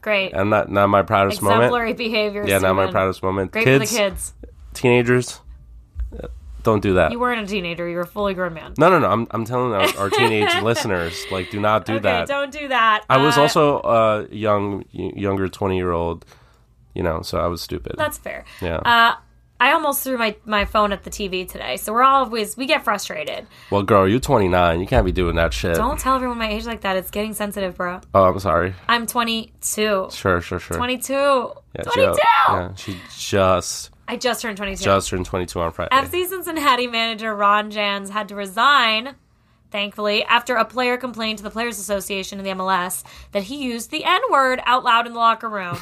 [SPEAKER 2] Great.
[SPEAKER 1] And not not my proudest moment.
[SPEAKER 2] Exemplary behavior.
[SPEAKER 1] Yeah, not my
[SPEAKER 2] Steven.
[SPEAKER 1] proudest moment.
[SPEAKER 2] Great
[SPEAKER 1] kids,
[SPEAKER 2] for the kids.
[SPEAKER 1] teenagers, uh, don't do that.
[SPEAKER 2] You weren't a teenager. You were a fully grown man.
[SPEAKER 1] no, no, no. I'm I'm telling our, our teenage listeners, like, do not do
[SPEAKER 2] okay,
[SPEAKER 1] that.
[SPEAKER 2] don't do that.
[SPEAKER 1] I was
[SPEAKER 2] Uh,
[SPEAKER 1] also a young, y- younger twenty year old, you know, so I was stupid.
[SPEAKER 2] That's uh, fair.
[SPEAKER 1] yeah.
[SPEAKER 2] I almost threw my, my phone at the TV today, so we're always we get frustrated.
[SPEAKER 1] well, girl, you're 29. You can't be doing that shit.
[SPEAKER 2] Don't tell everyone my age like that. It's getting sensitive, bro.
[SPEAKER 1] Oh, I'm sorry.
[SPEAKER 2] I'm 22.
[SPEAKER 1] Sure, sure, sure.
[SPEAKER 2] 22.
[SPEAKER 1] Yeah,
[SPEAKER 2] 22.
[SPEAKER 1] She, yeah, she just
[SPEAKER 2] I just turned 22.
[SPEAKER 1] just turned 22 on Friday.
[SPEAKER 2] FC Cincinnati manager Ron Jans had to resign, thankfully, after a player complained to the Players Association in the MLS that he used the N word out loud in the locker room.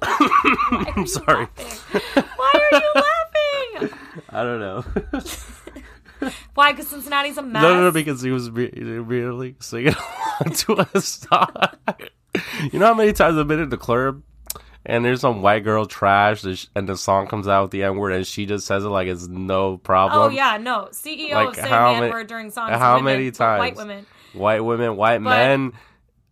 [SPEAKER 1] I'm sorry.
[SPEAKER 2] Why are you laughing?
[SPEAKER 1] I don't know.
[SPEAKER 2] Why? Because Cincinnati's a mess.
[SPEAKER 1] no, no, no, because he was re- really singing along to a song. you know how many times I've been in the club and there's some white girl trash and sh- and the song comes out with the N word and she just says it like it's no problem.
[SPEAKER 2] Oh yeah, no. CEO
[SPEAKER 1] Like,
[SPEAKER 2] of saying
[SPEAKER 1] how
[SPEAKER 2] the
[SPEAKER 1] ma-
[SPEAKER 2] N word during songs. to
[SPEAKER 1] how
[SPEAKER 2] women,
[SPEAKER 1] many
[SPEAKER 2] to White
[SPEAKER 1] times?
[SPEAKER 2] women.
[SPEAKER 1] White women, white men,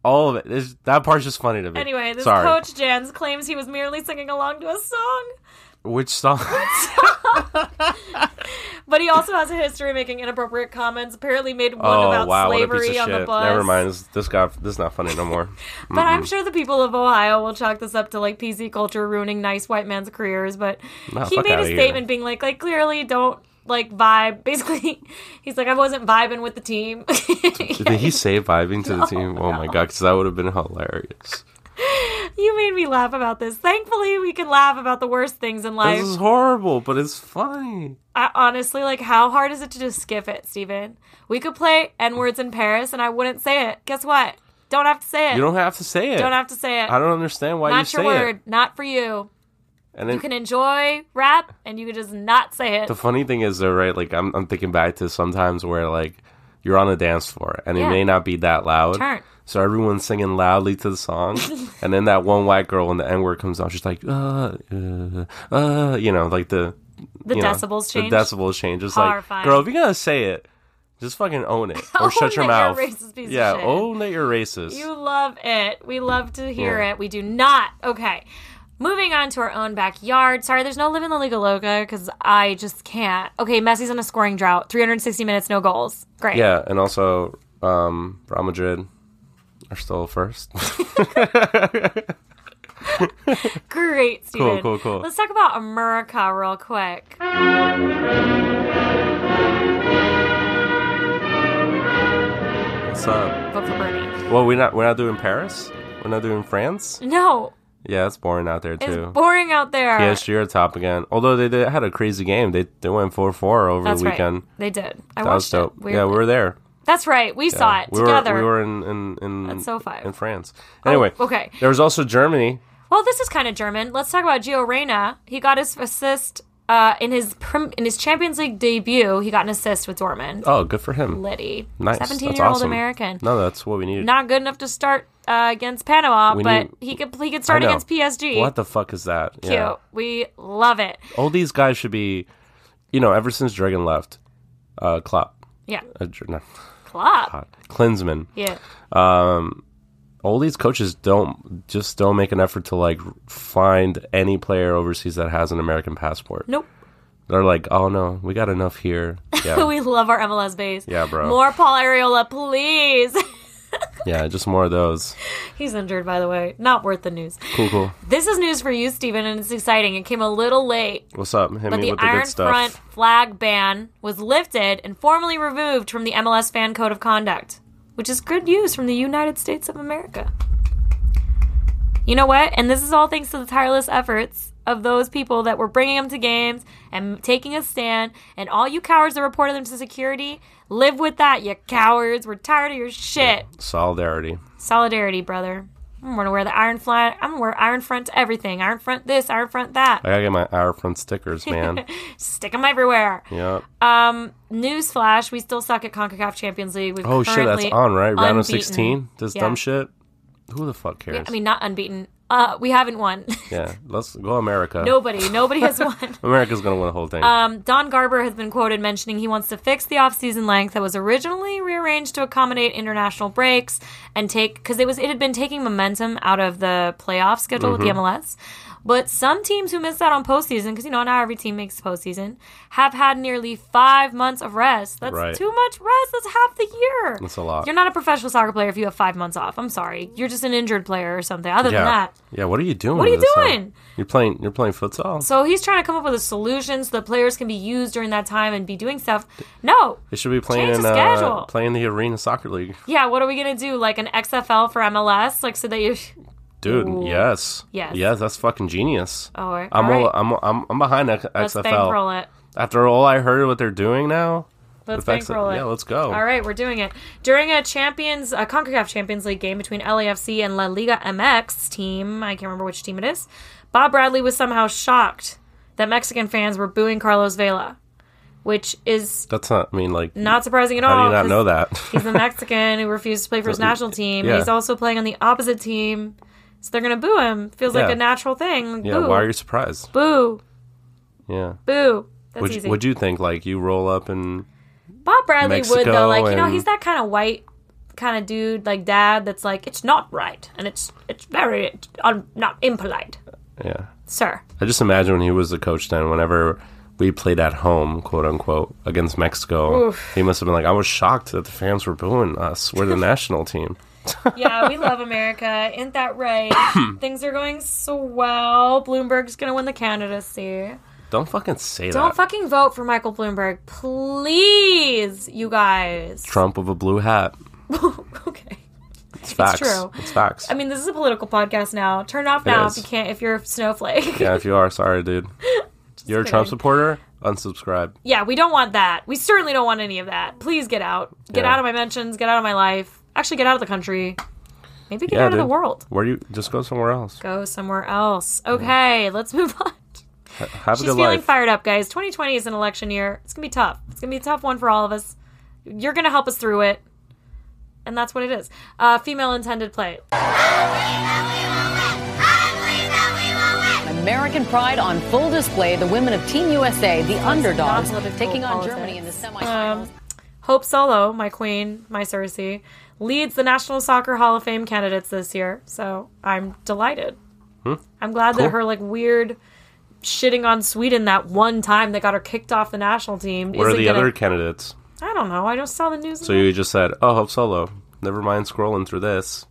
[SPEAKER 1] all of it. It's, that part's just funny to me.
[SPEAKER 2] Anyway, this
[SPEAKER 1] sorry.
[SPEAKER 2] coach Jans claims he was merely singing along to a song.
[SPEAKER 1] Which song?
[SPEAKER 2] But he also has a history of making inappropriate comments. Apparently, made one
[SPEAKER 1] oh
[SPEAKER 2] about
[SPEAKER 1] wow, what a
[SPEAKER 2] slavery
[SPEAKER 1] piece of
[SPEAKER 2] on the
[SPEAKER 1] shit.
[SPEAKER 2] bus.
[SPEAKER 1] Never mind. This, this guy, this is not funny no more.
[SPEAKER 2] But I'm sure the people of Ohio will chalk this up to like PC culture ruining nice white man's careers. But
[SPEAKER 1] No,
[SPEAKER 2] he
[SPEAKER 1] fuck
[SPEAKER 2] made a
[SPEAKER 1] outta here.
[SPEAKER 2] statement being like, like clearly don't like vibe. Basically, he's like, I wasn't vibing with the team.
[SPEAKER 1] Did he say vibing to the team? Oh my god, because that would have been hilarious.
[SPEAKER 2] you made me laugh about this. Thankfully, we can laugh about the worst things in life.
[SPEAKER 1] This is horrible, but it's funny.
[SPEAKER 2] I, honestly, like, how hard is it to just skip it, Steven? We could play N words in Paris, and I wouldn't say it. Guess what? Don't have to say it.
[SPEAKER 1] You don't have to say it.
[SPEAKER 2] Don't have to say it.
[SPEAKER 1] I don't understand why you
[SPEAKER 2] not
[SPEAKER 1] say
[SPEAKER 2] your word.
[SPEAKER 1] it.
[SPEAKER 2] Not for you.
[SPEAKER 1] And then
[SPEAKER 2] You can enjoy rap, and you can just not say it.
[SPEAKER 1] the funny thing is though, right? Like I'm, I'm thinking back to sometimes where like you're on a dance floor and
[SPEAKER 2] Yeah.
[SPEAKER 1] it may not be that loud.
[SPEAKER 2] Turn.
[SPEAKER 1] So everyone's singing loudly to the song, and then that one white girl when the N word comes out, she's like, uh, uh, uh, you know, like the
[SPEAKER 2] The
[SPEAKER 1] you know,
[SPEAKER 2] decibels change.
[SPEAKER 1] The decibels change. It's
[SPEAKER 2] Horrifying.
[SPEAKER 1] like, girl, if you're gonna say it, just fucking own it or
[SPEAKER 2] Own
[SPEAKER 1] shut your
[SPEAKER 2] that
[SPEAKER 1] mouth.
[SPEAKER 2] you're a racist piece of
[SPEAKER 1] yeah,
[SPEAKER 2] shit.
[SPEAKER 1] own that you're racist.
[SPEAKER 2] You love it. We love to hear
[SPEAKER 1] Yeah.
[SPEAKER 2] it. We do not. Okay. Moving on to our own backyard. Sorry, there's no live in La Liga Loca because I just can't. Okay, Messi's in a scoring drought. 360 minutes, no goals. Great.
[SPEAKER 1] yeah, and also, um, Real Madrid are still first.
[SPEAKER 2] Great, Steven.
[SPEAKER 1] cool, cool.
[SPEAKER 2] Let's talk about America real quick.
[SPEAKER 1] What's up?
[SPEAKER 2] Vote for Bernie.
[SPEAKER 1] Well, we're not we're not doing Paris. We're not doing France.
[SPEAKER 2] No.
[SPEAKER 1] Yeah, it's boring out there
[SPEAKER 2] It's
[SPEAKER 1] too.
[SPEAKER 2] boring out there.
[SPEAKER 1] PSG are top again. Although they, they had a crazy game. They they went 4 4 over
[SPEAKER 2] That's
[SPEAKER 1] the weekend.
[SPEAKER 2] right. They did. I
[SPEAKER 1] That was
[SPEAKER 2] watched
[SPEAKER 1] dope.
[SPEAKER 2] it. We
[SPEAKER 1] yeah,
[SPEAKER 2] were-
[SPEAKER 1] we were there.
[SPEAKER 2] That's right. We saw it
[SPEAKER 1] we
[SPEAKER 2] together.
[SPEAKER 1] Were, we were in in in,
[SPEAKER 2] At SoFi.
[SPEAKER 1] in France. Anyway,
[SPEAKER 2] Oh, okay.
[SPEAKER 1] There was also Germany.
[SPEAKER 2] Well, this is kind of German. Let's talk about Gio Reyna. He got his assist uh, in his prim- in his Champions League debut. He got an assist with Dortmund.
[SPEAKER 1] Oh, good for him.
[SPEAKER 2] Liddy,
[SPEAKER 1] Nice. That's
[SPEAKER 2] seventeen year old
[SPEAKER 1] awesome.
[SPEAKER 2] American,
[SPEAKER 1] No, that's what we needed.
[SPEAKER 2] not good enough to start uh, against Panama,
[SPEAKER 1] We
[SPEAKER 2] but
[SPEAKER 1] need-
[SPEAKER 2] he could he could
[SPEAKER 1] I
[SPEAKER 2] start
[SPEAKER 1] know.
[SPEAKER 2] against PSG.
[SPEAKER 1] What the fuck is that?
[SPEAKER 2] Cute. We love it.
[SPEAKER 1] All these guys should be, you know, ever since Dragon left, uh, Klopp,
[SPEAKER 2] Yeah,
[SPEAKER 1] uh, Dr- no,
[SPEAKER 2] Klopp.
[SPEAKER 1] Klopp, Klinsman,
[SPEAKER 2] Yeah,
[SPEAKER 1] all these coaches don't just don't make an effort to like find any player overseas that has an American passport.
[SPEAKER 2] nope.
[SPEAKER 1] They're like, oh no, we got enough here. Yeah,
[SPEAKER 2] we love our MLS base.
[SPEAKER 1] Yeah, bro.
[SPEAKER 2] More Paul Areola, please.
[SPEAKER 1] yeah, just more of those.
[SPEAKER 2] He's injured, by the way. Not worth the news.
[SPEAKER 1] Cool, cool.
[SPEAKER 2] This is news for you, Steven, and it's exciting. It came a little late,
[SPEAKER 1] What's up? Hit
[SPEAKER 2] but
[SPEAKER 1] me
[SPEAKER 2] the
[SPEAKER 1] with the
[SPEAKER 2] Iron
[SPEAKER 1] good stuff.
[SPEAKER 2] Front flag ban was lifted and formally removed from the MLS fan code of conduct, which is good news from the United States of America. You know what? And this is all thanks to the tireless efforts of those people that were bringing them to games and taking a stand. And all you cowards that reported them to security, live with that, you cowards. We're tired of your shit.
[SPEAKER 1] Solidarity.
[SPEAKER 2] Solidarity, brother. I'm gonna wear the iron flag. I'm gonna wear iron front to everything. Iron front this, iron front that.
[SPEAKER 1] I gotta get my Iron Front stickers, man.
[SPEAKER 2] Stick them everywhere.
[SPEAKER 1] yeah.
[SPEAKER 2] Newsflash: We still suck at Concacaf Champions League. We've
[SPEAKER 1] Oh shit, that's
[SPEAKER 2] currently
[SPEAKER 1] on right. Round
[SPEAKER 2] unbeaten.
[SPEAKER 1] of sixteen. This
[SPEAKER 2] Yeah.
[SPEAKER 1] dumb shit. Who the fuck cares? Yeah,
[SPEAKER 2] I mean, not unbeaten. Uh, we haven't won.
[SPEAKER 1] let's go America.
[SPEAKER 2] nobody, nobody has won.
[SPEAKER 1] America's gonna win the whole thing.
[SPEAKER 2] Um, Don Garber has been quoted mentioning he wants to fix the off-season length that was originally rearranged to accommodate international breaks and take because it was it had been taking momentum out of the playoff schedule with
[SPEAKER 1] Mm-hmm.
[SPEAKER 2] the MLS. But some teams who missed out on postseason, because you know now every team makes postseason, have had nearly five months of rest. That's
[SPEAKER 1] Right.
[SPEAKER 2] too much rest. That's half the year.
[SPEAKER 1] That's a lot.
[SPEAKER 2] You're not a professional soccer player if you have five months off. I'm sorry, you're just an injured player or something. Other
[SPEAKER 1] yeah.
[SPEAKER 2] than that,
[SPEAKER 1] Yeah, what are you doing?
[SPEAKER 2] What are you
[SPEAKER 1] this time?
[SPEAKER 2] doing?
[SPEAKER 1] You're playing you're playing futsal?
[SPEAKER 2] so he's trying to come up with a solution so the players can be used during that time and be doing stuff. No,
[SPEAKER 1] they should be playing
[SPEAKER 2] change
[SPEAKER 1] in
[SPEAKER 2] the schedule.
[SPEAKER 1] uh, playing the Arena Soccer League.
[SPEAKER 2] Yeah, what are we gonna do? Like an XFL for MLS, like so that you.
[SPEAKER 1] Dude,
[SPEAKER 2] Ooh.
[SPEAKER 1] yes.
[SPEAKER 2] Yes.
[SPEAKER 1] Yes, that's fucking genius.
[SPEAKER 2] Oh, all right.
[SPEAKER 1] I'm
[SPEAKER 2] All right.
[SPEAKER 1] all, I'm I'm I'm behind X-
[SPEAKER 2] Let's
[SPEAKER 1] XFL.
[SPEAKER 2] bankroll it.
[SPEAKER 1] After all I heard what they're doing now.
[SPEAKER 2] Let's
[SPEAKER 1] with X-
[SPEAKER 2] bankroll it.
[SPEAKER 1] Yeah, let's go.
[SPEAKER 2] All right, we're doing it. During a Champions, a CONCACAF Champions League game between LAFC and La Liga MX team, I can't remember which team it is, Bob Bradley was somehow shocked that Mexican fans were booing Carlos Vela, which is
[SPEAKER 1] That's not I mean like
[SPEAKER 2] not surprising at all.
[SPEAKER 1] how do you not
[SPEAKER 2] 'cause
[SPEAKER 1] know that?
[SPEAKER 2] He's a Mexican who refused to play for his national team.
[SPEAKER 1] yeah.
[SPEAKER 2] He's also playing on the opposite team, so they're gonna boo him. Feels like
[SPEAKER 1] Yeah.
[SPEAKER 2] a natural thing.
[SPEAKER 1] yeah,
[SPEAKER 2] boo.
[SPEAKER 1] why are you surprised?
[SPEAKER 2] boo,
[SPEAKER 1] Yeah.
[SPEAKER 2] boo. That's
[SPEAKER 1] Would
[SPEAKER 2] easy.
[SPEAKER 1] would you think like you roll up and
[SPEAKER 2] Bob Bradley would
[SPEAKER 1] Mexico
[SPEAKER 2] though, like you know,
[SPEAKER 1] and-
[SPEAKER 2] he's that kind of white kind of dude, like dad, that's like it's not right and it's it's very it's un, not impolite,
[SPEAKER 1] yeah?
[SPEAKER 2] sir.
[SPEAKER 1] I just imagine when he was the coach then, whenever we played at home, quote unquote, against Mexico, he must have been like, I was shocked that the fans were booing us. We're the national team.
[SPEAKER 2] Yeah, we love America. Isn't that right? Things are going so well. Bloomberg's gonna win the candidacy.
[SPEAKER 1] Don't fucking say
[SPEAKER 2] Don't
[SPEAKER 1] that.
[SPEAKER 2] fucking vote for Michael Bloomberg, please, you guys.
[SPEAKER 1] Trump with a blue hat.
[SPEAKER 2] okay.
[SPEAKER 1] It's facts.
[SPEAKER 2] true.
[SPEAKER 1] It's facts.
[SPEAKER 2] I mean, this is a political podcast now. Turn off now
[SPEAKER 1] is.
[SPEAKER 2] if you can't. If you're a snowflake.
[SPEAKER 1] yeah, if you are, sorry, dude. You're a Trump
[SPEAKER 2] kidding.
[SPEAKER 1] supporter? Unsubscribe.
[SPEAKER 2] yeah, we don't want that. We certainly don't want any of that. Please get out. Get
[SPEAKER 1] Yeah.
[SPEAKER 2] out of my mentions. Get out of my life. Actually, get out of the country. Maybe get
[SPEAKER 1] Yeah,
[SPEAKER 2] out of the
[SPEAKER 1] dude.
[SPEAKER 2] world.
[SPEAKER 1] Where you just go somewhere else.
[SPEAKER 2] Go somewhere else. Okay, let's move on.
[SPEAKER 1] Have a
[SPEAKER 2] She's
[SPEAKER 1] good
[SPEAKER 2] feeling
[SPEAKER 1] life.
[SPEAKER 2] fired up, guys. 2020 is an election year. It's gonna be tough. It's gonna be a tough one for all of us. You're gonna help us through it, and that's what it is. Uh, female intended play.
[SPEAKER 4] American pride on full display. The women of Team USA, the underdogs,
[SPEAKER 2] not political
[SPEAKER 4] taking on
[SPEAKER 2] politics.
[SPEAKER 4] Germany in the semifinals.
[SPEAKER 2] Um, Hope Solo, my queen, my Cersei, leads the National Soccer Hall of Fame candidates this year. So I'm delighted. I'm glad
[SPEAKER 1] Hmm. Cool.
[SPEAKER 2] that her like weird shitting on Sweden that one time that got her kicked off the national team.
[SPEAKER 1] Where are
[SPEAKER 2] isn't
[SPEAKER 1] the
[SPEAKER 2] gonna-
[SPEAKER 1] other candidates?
[SPEAKER 2] I don't know. I just saw the news.
[SPEAKER 1] So you just said, oh, Hope Solo. Never mind scrolling through this.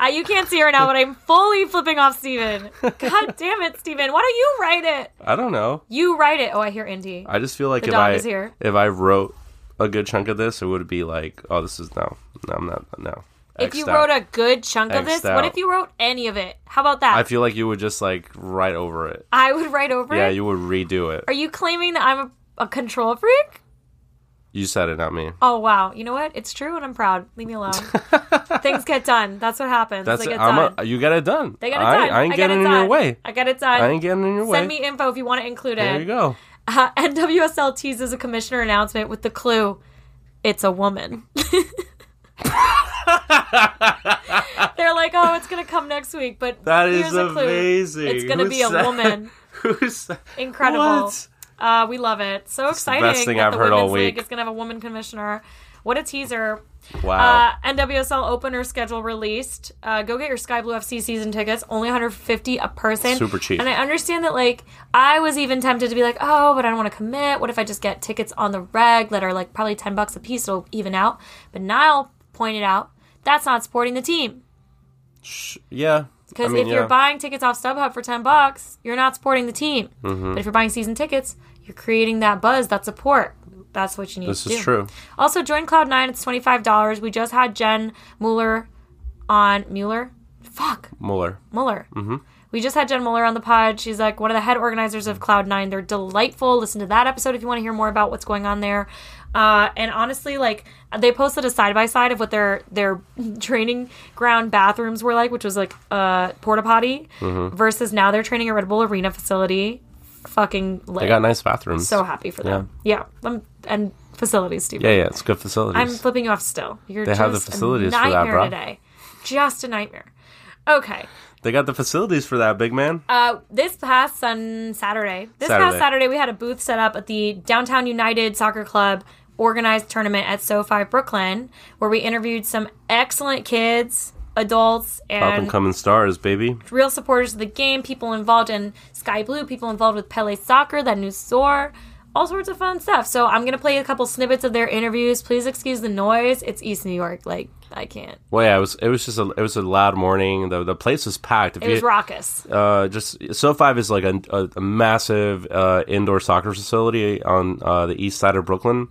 [SPEAKER 2] I, you can't see her now, but I'm fully flipping off Steven. God damn it, Steven. Why don't you write it?
[SPEAKER 1] I don't know.
[SPEAKER 2] You write it. Oh, I hear Indy.
[SPEAKER 1] I just feel like
[SPEAKER 2] The
[SPEAKER 1] if
[SPEAKER 2] dog
[SPEAKER 1] I
[SPEAKER 2] is here.
[SPEAKER 1] if I wrote a good chunk of this, it would be like, oh, this is no, no, I'm not, no.
[SPEAKER 2] if you
[SPEAKER 1] X'd
[SPEAKER 2] wrote a
[SPEAKER 1] out.
[SPEAKER 2] good chunk of this,
[SPEAKER 1] X'd
[SPEAKER 2] what
[SPEAKER 1] out.
[SPEAKER 2] if you wrote any of it? How about that?
[SPEAKER 1] I feel like you would just like write over it.
[SPEAKER 2] I would write over
[SPEAKER 1] Yeah,
[SPEAKER 2] it.
[SPEAKER 1] you would redo it.
[SPEAKER 2] Are you claiming that I'm a, a control freak?
[SPEAKER 1] You said it, not me.
[SPEAKER 2] Oh wow! You know what? It's true, and I'm proud. Leave me alone. Things get done. That's what happens.
[SPEAKER 1] That's
[SPEAKER 2] they
[SPEAKER 1] it.
[SPEAKER 2] get
[SPEAKER 1] I'm
[SPEAKER 2] done.
[SPEAKER 1] a, you got it done.
[SPEAKER 2] they get it
[SPEAKER 1] I,
[SPEAKER 2] done.
[SPEAKER 1] I ain't
[SPEAKER 2] got
[SPEAKER 1] getting
[SPEAKER 2] it
[SPEAKER 1] in
[SPEAKER 2] done.
[SPEAKER 1] your way.
[SPEAKER 2] I got it done.
[SPEAKER 1] I ain't getting in your way.
[SPEAKER 2] Send me info if you want to include
[SPEAKER 1] there
[SPEAKER 2] it.
[SPEAKER 1] you go.
[SPEAKER 2] Uh, NWSL teases a commissioner announcement with the clue, it's a woman. They're like, oh, it's gonna come next week, but
[SPEAKER 1] That is
[SPEAKER 2] here's a clue.
[SPEAKER 1] amazing.
[SPEAKER 2] It's gonna
[SPEAKER 1] Who
[SPEAKER 2] be a
[SPEAKER 1] said-
[SPEAKER 2] woman.
[SPEAKER 1] Who's that?
[SPEAKER 2] Incredible.
[SPEAKER 1] What?
[SPEAKER 2] Uh, we love it. So
[SPEAKER 1] the
[SPEAKER 2] exciting!
[SPEAKER 1] best thing
[SPEAKER 2] that
[SPEAKER 1] I've
[SPEAKER 2] the
[SPEAKER 1] heard all
[SPEAKER 2] Women's League
[SPEAKER 1] week.
[SPEAKER 2] is gonna have a woman commissioner. What a teaser!
[SPEAKER 1] Wow.
[SPEAKER 2] Uh, NWSL opener schedule released. Uh, go get your Sky Blue FC season tickets. Only 150 a person.
[SPEAKER 1] Super cheap.
[SPEAKER 2] And I understand that, like, I was even tempted to be like, oh, but I don't want to commit. What if I just get tickets on the reg that are like probably 10 bucks a piece? It'll even out. But Niall pointed out that's not supporting the team
[SPEAKER 1] yeah.
[SPEAKER 2] because
[SPEAKER 1] I mean,
[SPEAKER 2] if you're
[SPEAKER 1] yeah.
[SPEAKER 2] buying tickets off StubHub for 10 bucks, you're not supporting the team.
[SPEAKER 1] Mm-hmm.
[SPEAKER 2] But if you're buying season tickets, you're creating that buzz, that support. That's what you need
[SPEAKER 1] This
[SPEAKER 2] to do.
[SPEAKER 1] is true.
[SPEAKER 2] Also, join Cloud9. It's $25. We just had Jen Mueller on. Mueller? Fuck.
[SPEAKER 1] Mueller.
[SPEAKER 2] Mueller. Mm-hmm. We just had Jen Mueller on the pod. She's like one of the head organizers of Cloud9. They're delightful. Listen to that episode if you want to hear more about what's going on there. Uh, and honestly, like they posted a side by side of what their their training ground bathrooms were like, which was like uh, porta potty,
[SPEAKER 1] Mm-hmm.
[SPEAKER 2] versus now they're training at Red Bull Arena facility. Fucking lit.
[SPEAKER 1] They got nice bathrooms.
[SPEAKER 2] so happy for them. Yeah, Um, and facilities, stupid.
[SPEAKER 1] yeah, yeah, it's good facilities.
[SPEAKER 2] I'm flipping you off still. You're
[SPEAKER 1] They
[SPEAKER 2] just
[SPEAKER 1] have the facilities
[SPEAKER 2] a
[SPEAKER 1] for that,
[SPEAKER 2] nightmare
[SPEAKER 1] bro.
[SPEAKER 2] today. Just a nightmare. Okay.
[SPEAKER 1] they got the facilities for that, big man.
[SPEAKER 2] Uh, this past sun Saturday, this past
[SPEAKER 1] Saturday.
[SPEAKER 2] Saturday, we had a booth set up at the Downtown United Soccer Club organized tournament at SoFi Brooklyn, where we interviewed some excellent kids, adults,
[SPEAKER 1] Up
[SPEAKER 2] and
[SPEAKER 1] and coming stars, baby.
[SPEAKER 2] real supporters of the game, people involved in Sky Blue, people involved with Pele Soccer, that new store, all sorts of fun stuff. So I'm gonna play a couple snippets of their interviews. Please excuse the noise. It's East New York. Like I can't.
[SPEAKER 1] Well, yeah, it was. It was just a. It was a loud morning. The the place was packed. If
[SPEAKER 2] It was raucous.
[SPEAKER 1] uh, just so five is like a, a, a massive uh, indoor soccer facility on uh, the east side of Brooklyn,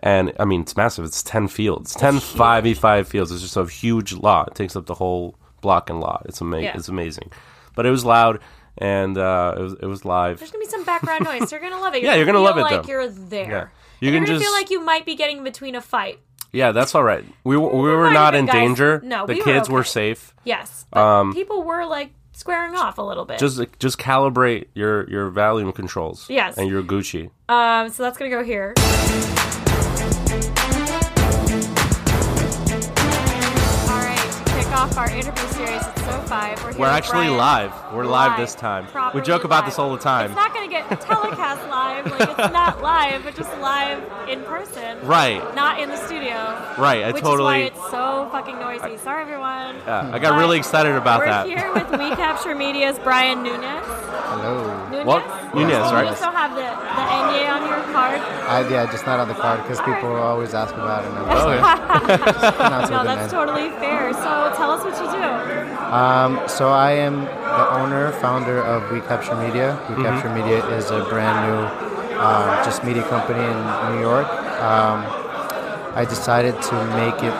[SPEAKER 1] and I mean it's massive. It's ten fields, 10 five v five fields. It's just a huge lot. It takes up the whole block and lot. It's amazing.
[SPEAKER 2] Yeah.
[SPEAKER 1] It's amazing, but it was loud and uh, it was it was live.
[SPEAKER 2] There's gonna be some background noise. You're gonna love it.
[SPEAKER 1] Yeah, you're gonna
[SPEAKER 2] feel
[SPEAKER 1] love it,
[SPEAKER 2] Like
[SPEAKER 1] though.
[SPEAKER 2] you're there.
[SPEAKER 1] Yeah.
[SPEAKER 2] You
[SPEAKER 1] You
[SPEAKER 2] are
[SPEAKER 1] can
[SPEAKER 2] gonna feel
[SPEAKER 1] just-
[SPEAKER 2] like you might be getting in between a fight.
[SPEAKER 1] Yeah, that's all right. We w- we
[SPEAKER 2] might
[SPEAKER 1] were
[SPEAKER 2] have
[SPEAKER 1] not
[SPEAKER 2] been,
[SPEAKER 1] in
[SPEAKER 2] guys.
[SPEAKER 1] danger.
[SPEAKER 2] No,
[SPEAKER 1] the
[SPEAKER 2] we were
[SPEAKER 1] kids were
[SPEAKER 2] okay.
[SPEAKER 1] safe.
[SPEAKER 2] Yes, but people were like squaring off a little bit.
[SPEAKER 1] Um, Just just calibrate your your volume controls.
[SPEAKER 2] Yes.
[SPEAKER 1] and your Gucci.
[SPEAKER 2] um, so that's gonna go here. All right, to kick off our interview series at SoFi. We're, here
[SPEAKER 1] We're
[SPEAKER 2] with
[SPEAKER 1] actually
[SPEAKER 2] Brian.
[SPEAKER 1] live. We're live, this time.
[SPEAKER 2] properly
[SPEAKER 1] we joke about
[SPEAKER 2] live.
[SPEAKER 1] this all the time.
[SPEAKER 2] It's not gonna get telecast live. Like it's not live, but just live in person.
[SPEAKER 1] right,
[SPEAKER 2] Not in the studio.
[SPEAKER 1] right. I
[SPEAKER 2] Which
[SPEAKER 1] totally.
[SPEAKER 2] is why it's so fucking noisy. Sorry, everyone.
[SPEAKER 1] yeah, I got really excited about
[SPEAKER 2] We're
[SPEAKER 1] that.
[SPEAKER 2] here with We Capture Media's Brian Nunez.
[SPEAKER 5] Hello.
[SPEAKER 2] Nunez?
[SPEAKER 1] Well, Nunez,
[SPEAKER 2] You
[SPEAKER 1] right?
[SPEAKER 2] still have the, the NDA on your card.
[SPEAKER 5] I, yeah, just not on the card because people always ask about it. And I'm
[SPEAKER 1] Oh,
[SPEAKER 5] just
[SPEAKER 1] yeah.
[SPEAKER 5] like, not
[SPEAKER 2] No,
[SPEAKER 5] so
[SPEAKER 2] that's
[SPEAKER 5] good,
[SPEAKER 2] totally fair. So tell us what you do.
[SPEAKER 5] man. um, So I am the owner, founder of We Capture Media.
[SPEAKER 2] Mm-hmm.
[SPEAKER 5] We Capture Media is a brand new um, just media company in New York. Um, I decided to make it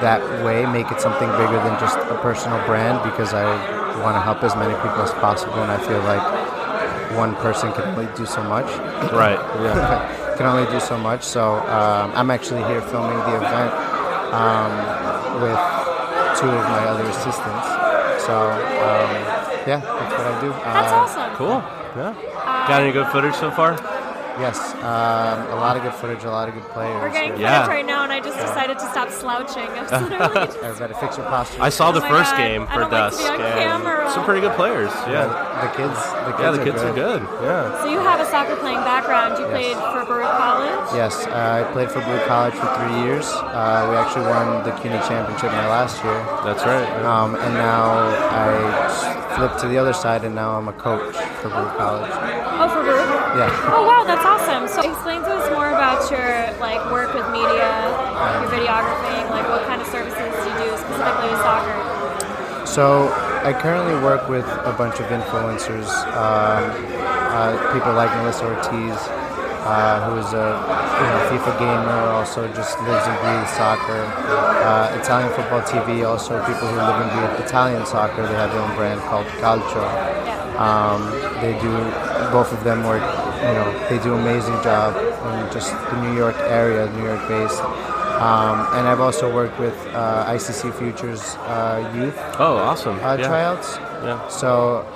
[SPEAKER 5] that way, make it something bigger than just a personal brand because I want to help as many people as possible and I feel like one person can only do so much.
[SPEAKER 1] Right.
[SPEAKER 5] yeah. can only do so much. So um, I'm actually here filming the event um, with two of my other assistants. So um, yeah, that's what I do.
[SPEAKER 2] That's
[SPEAKER 5] Uh,
[SPEAKER 2] awesome.
[SPEAKER 1] Cool. Yeah. Got any good footage so far?
[SPEAKER 5] Yes, um, a lot of good footage, a lot of good players.
[SPEAKER 2] We're getting
[SPEAKER 1] Yeah.
[SPEAKER 2] footage right now, and I just decided to stop slouching. I'm just literally just,
[SPEAKER 5] Everybody fix your posture.
[SPEAKER 1] I saw
[SPEAKER 2] Oh
[SPEAKER 1] the
[SPEAKER 2] my
[SPEAKER 1] first
[SPEAKER 2] God,
[SPEAKER 1] game
[SPEAKER 2] I
[SPEAKER 1] for
[SPEAKER 2] don't like to be
[SPEAKER 1] Dusk.
[SPEAKER 2] on
[SPEAKER 1] and
[SPEAKER 2] camera.
[SPEAKER 1] some pretty good players. Yeah.
[SPEAKER 5] The, the kids. The kids,
[SPEAKER 1] Yeah, the
[SPEAKER 5] are,
[SPEAKER 1] kids
[SPEAKER 5] good.
[SPEAKER 1] are good. Yeah.
[SPEAKER 2] so you have a soccer playing background. You played for Baruch College.
[SPEAKER 5] Yes, uh, I played for Blue College for three years. Uh, we actually won the CUNY championship my last year.
[SPEAKER 1] That's right.
[SPEAKER 5] Um, and now I flipped to the other side, and now I'm a coach for Blue College.
[SPEAKER 2] Oh, for Baruch.
[SPEAKER 5] Yeah.
[SPEAKER 2] Oh wow, that's awesome. So explain to us more about your like work with media, your videography, like what kind of services do you do specifically with soccer?
[SPEAKER 5] So I currently work with uh, a bunch of influencers, um, uh, people like Melissa Ortiz, uh, who is a you know, FIFA gamer, also just lives and breathes soccer. Uh, Italian Football TV, also people who live and breathe Italian soccer. They have their own brand called Calcio um, they do both of them work you know they do amazing job in just the new york area new york based um, and i've also worked with uh, icc futures uh, youth
[SPEAKER 1] Oh, awesome.
[SPEAKER 5] uh,
[SPEAKER 1] yeah.
[SPEAKER 5] tryouts
[SPEAKER 1] Yeah.
[SPEAKER 5] so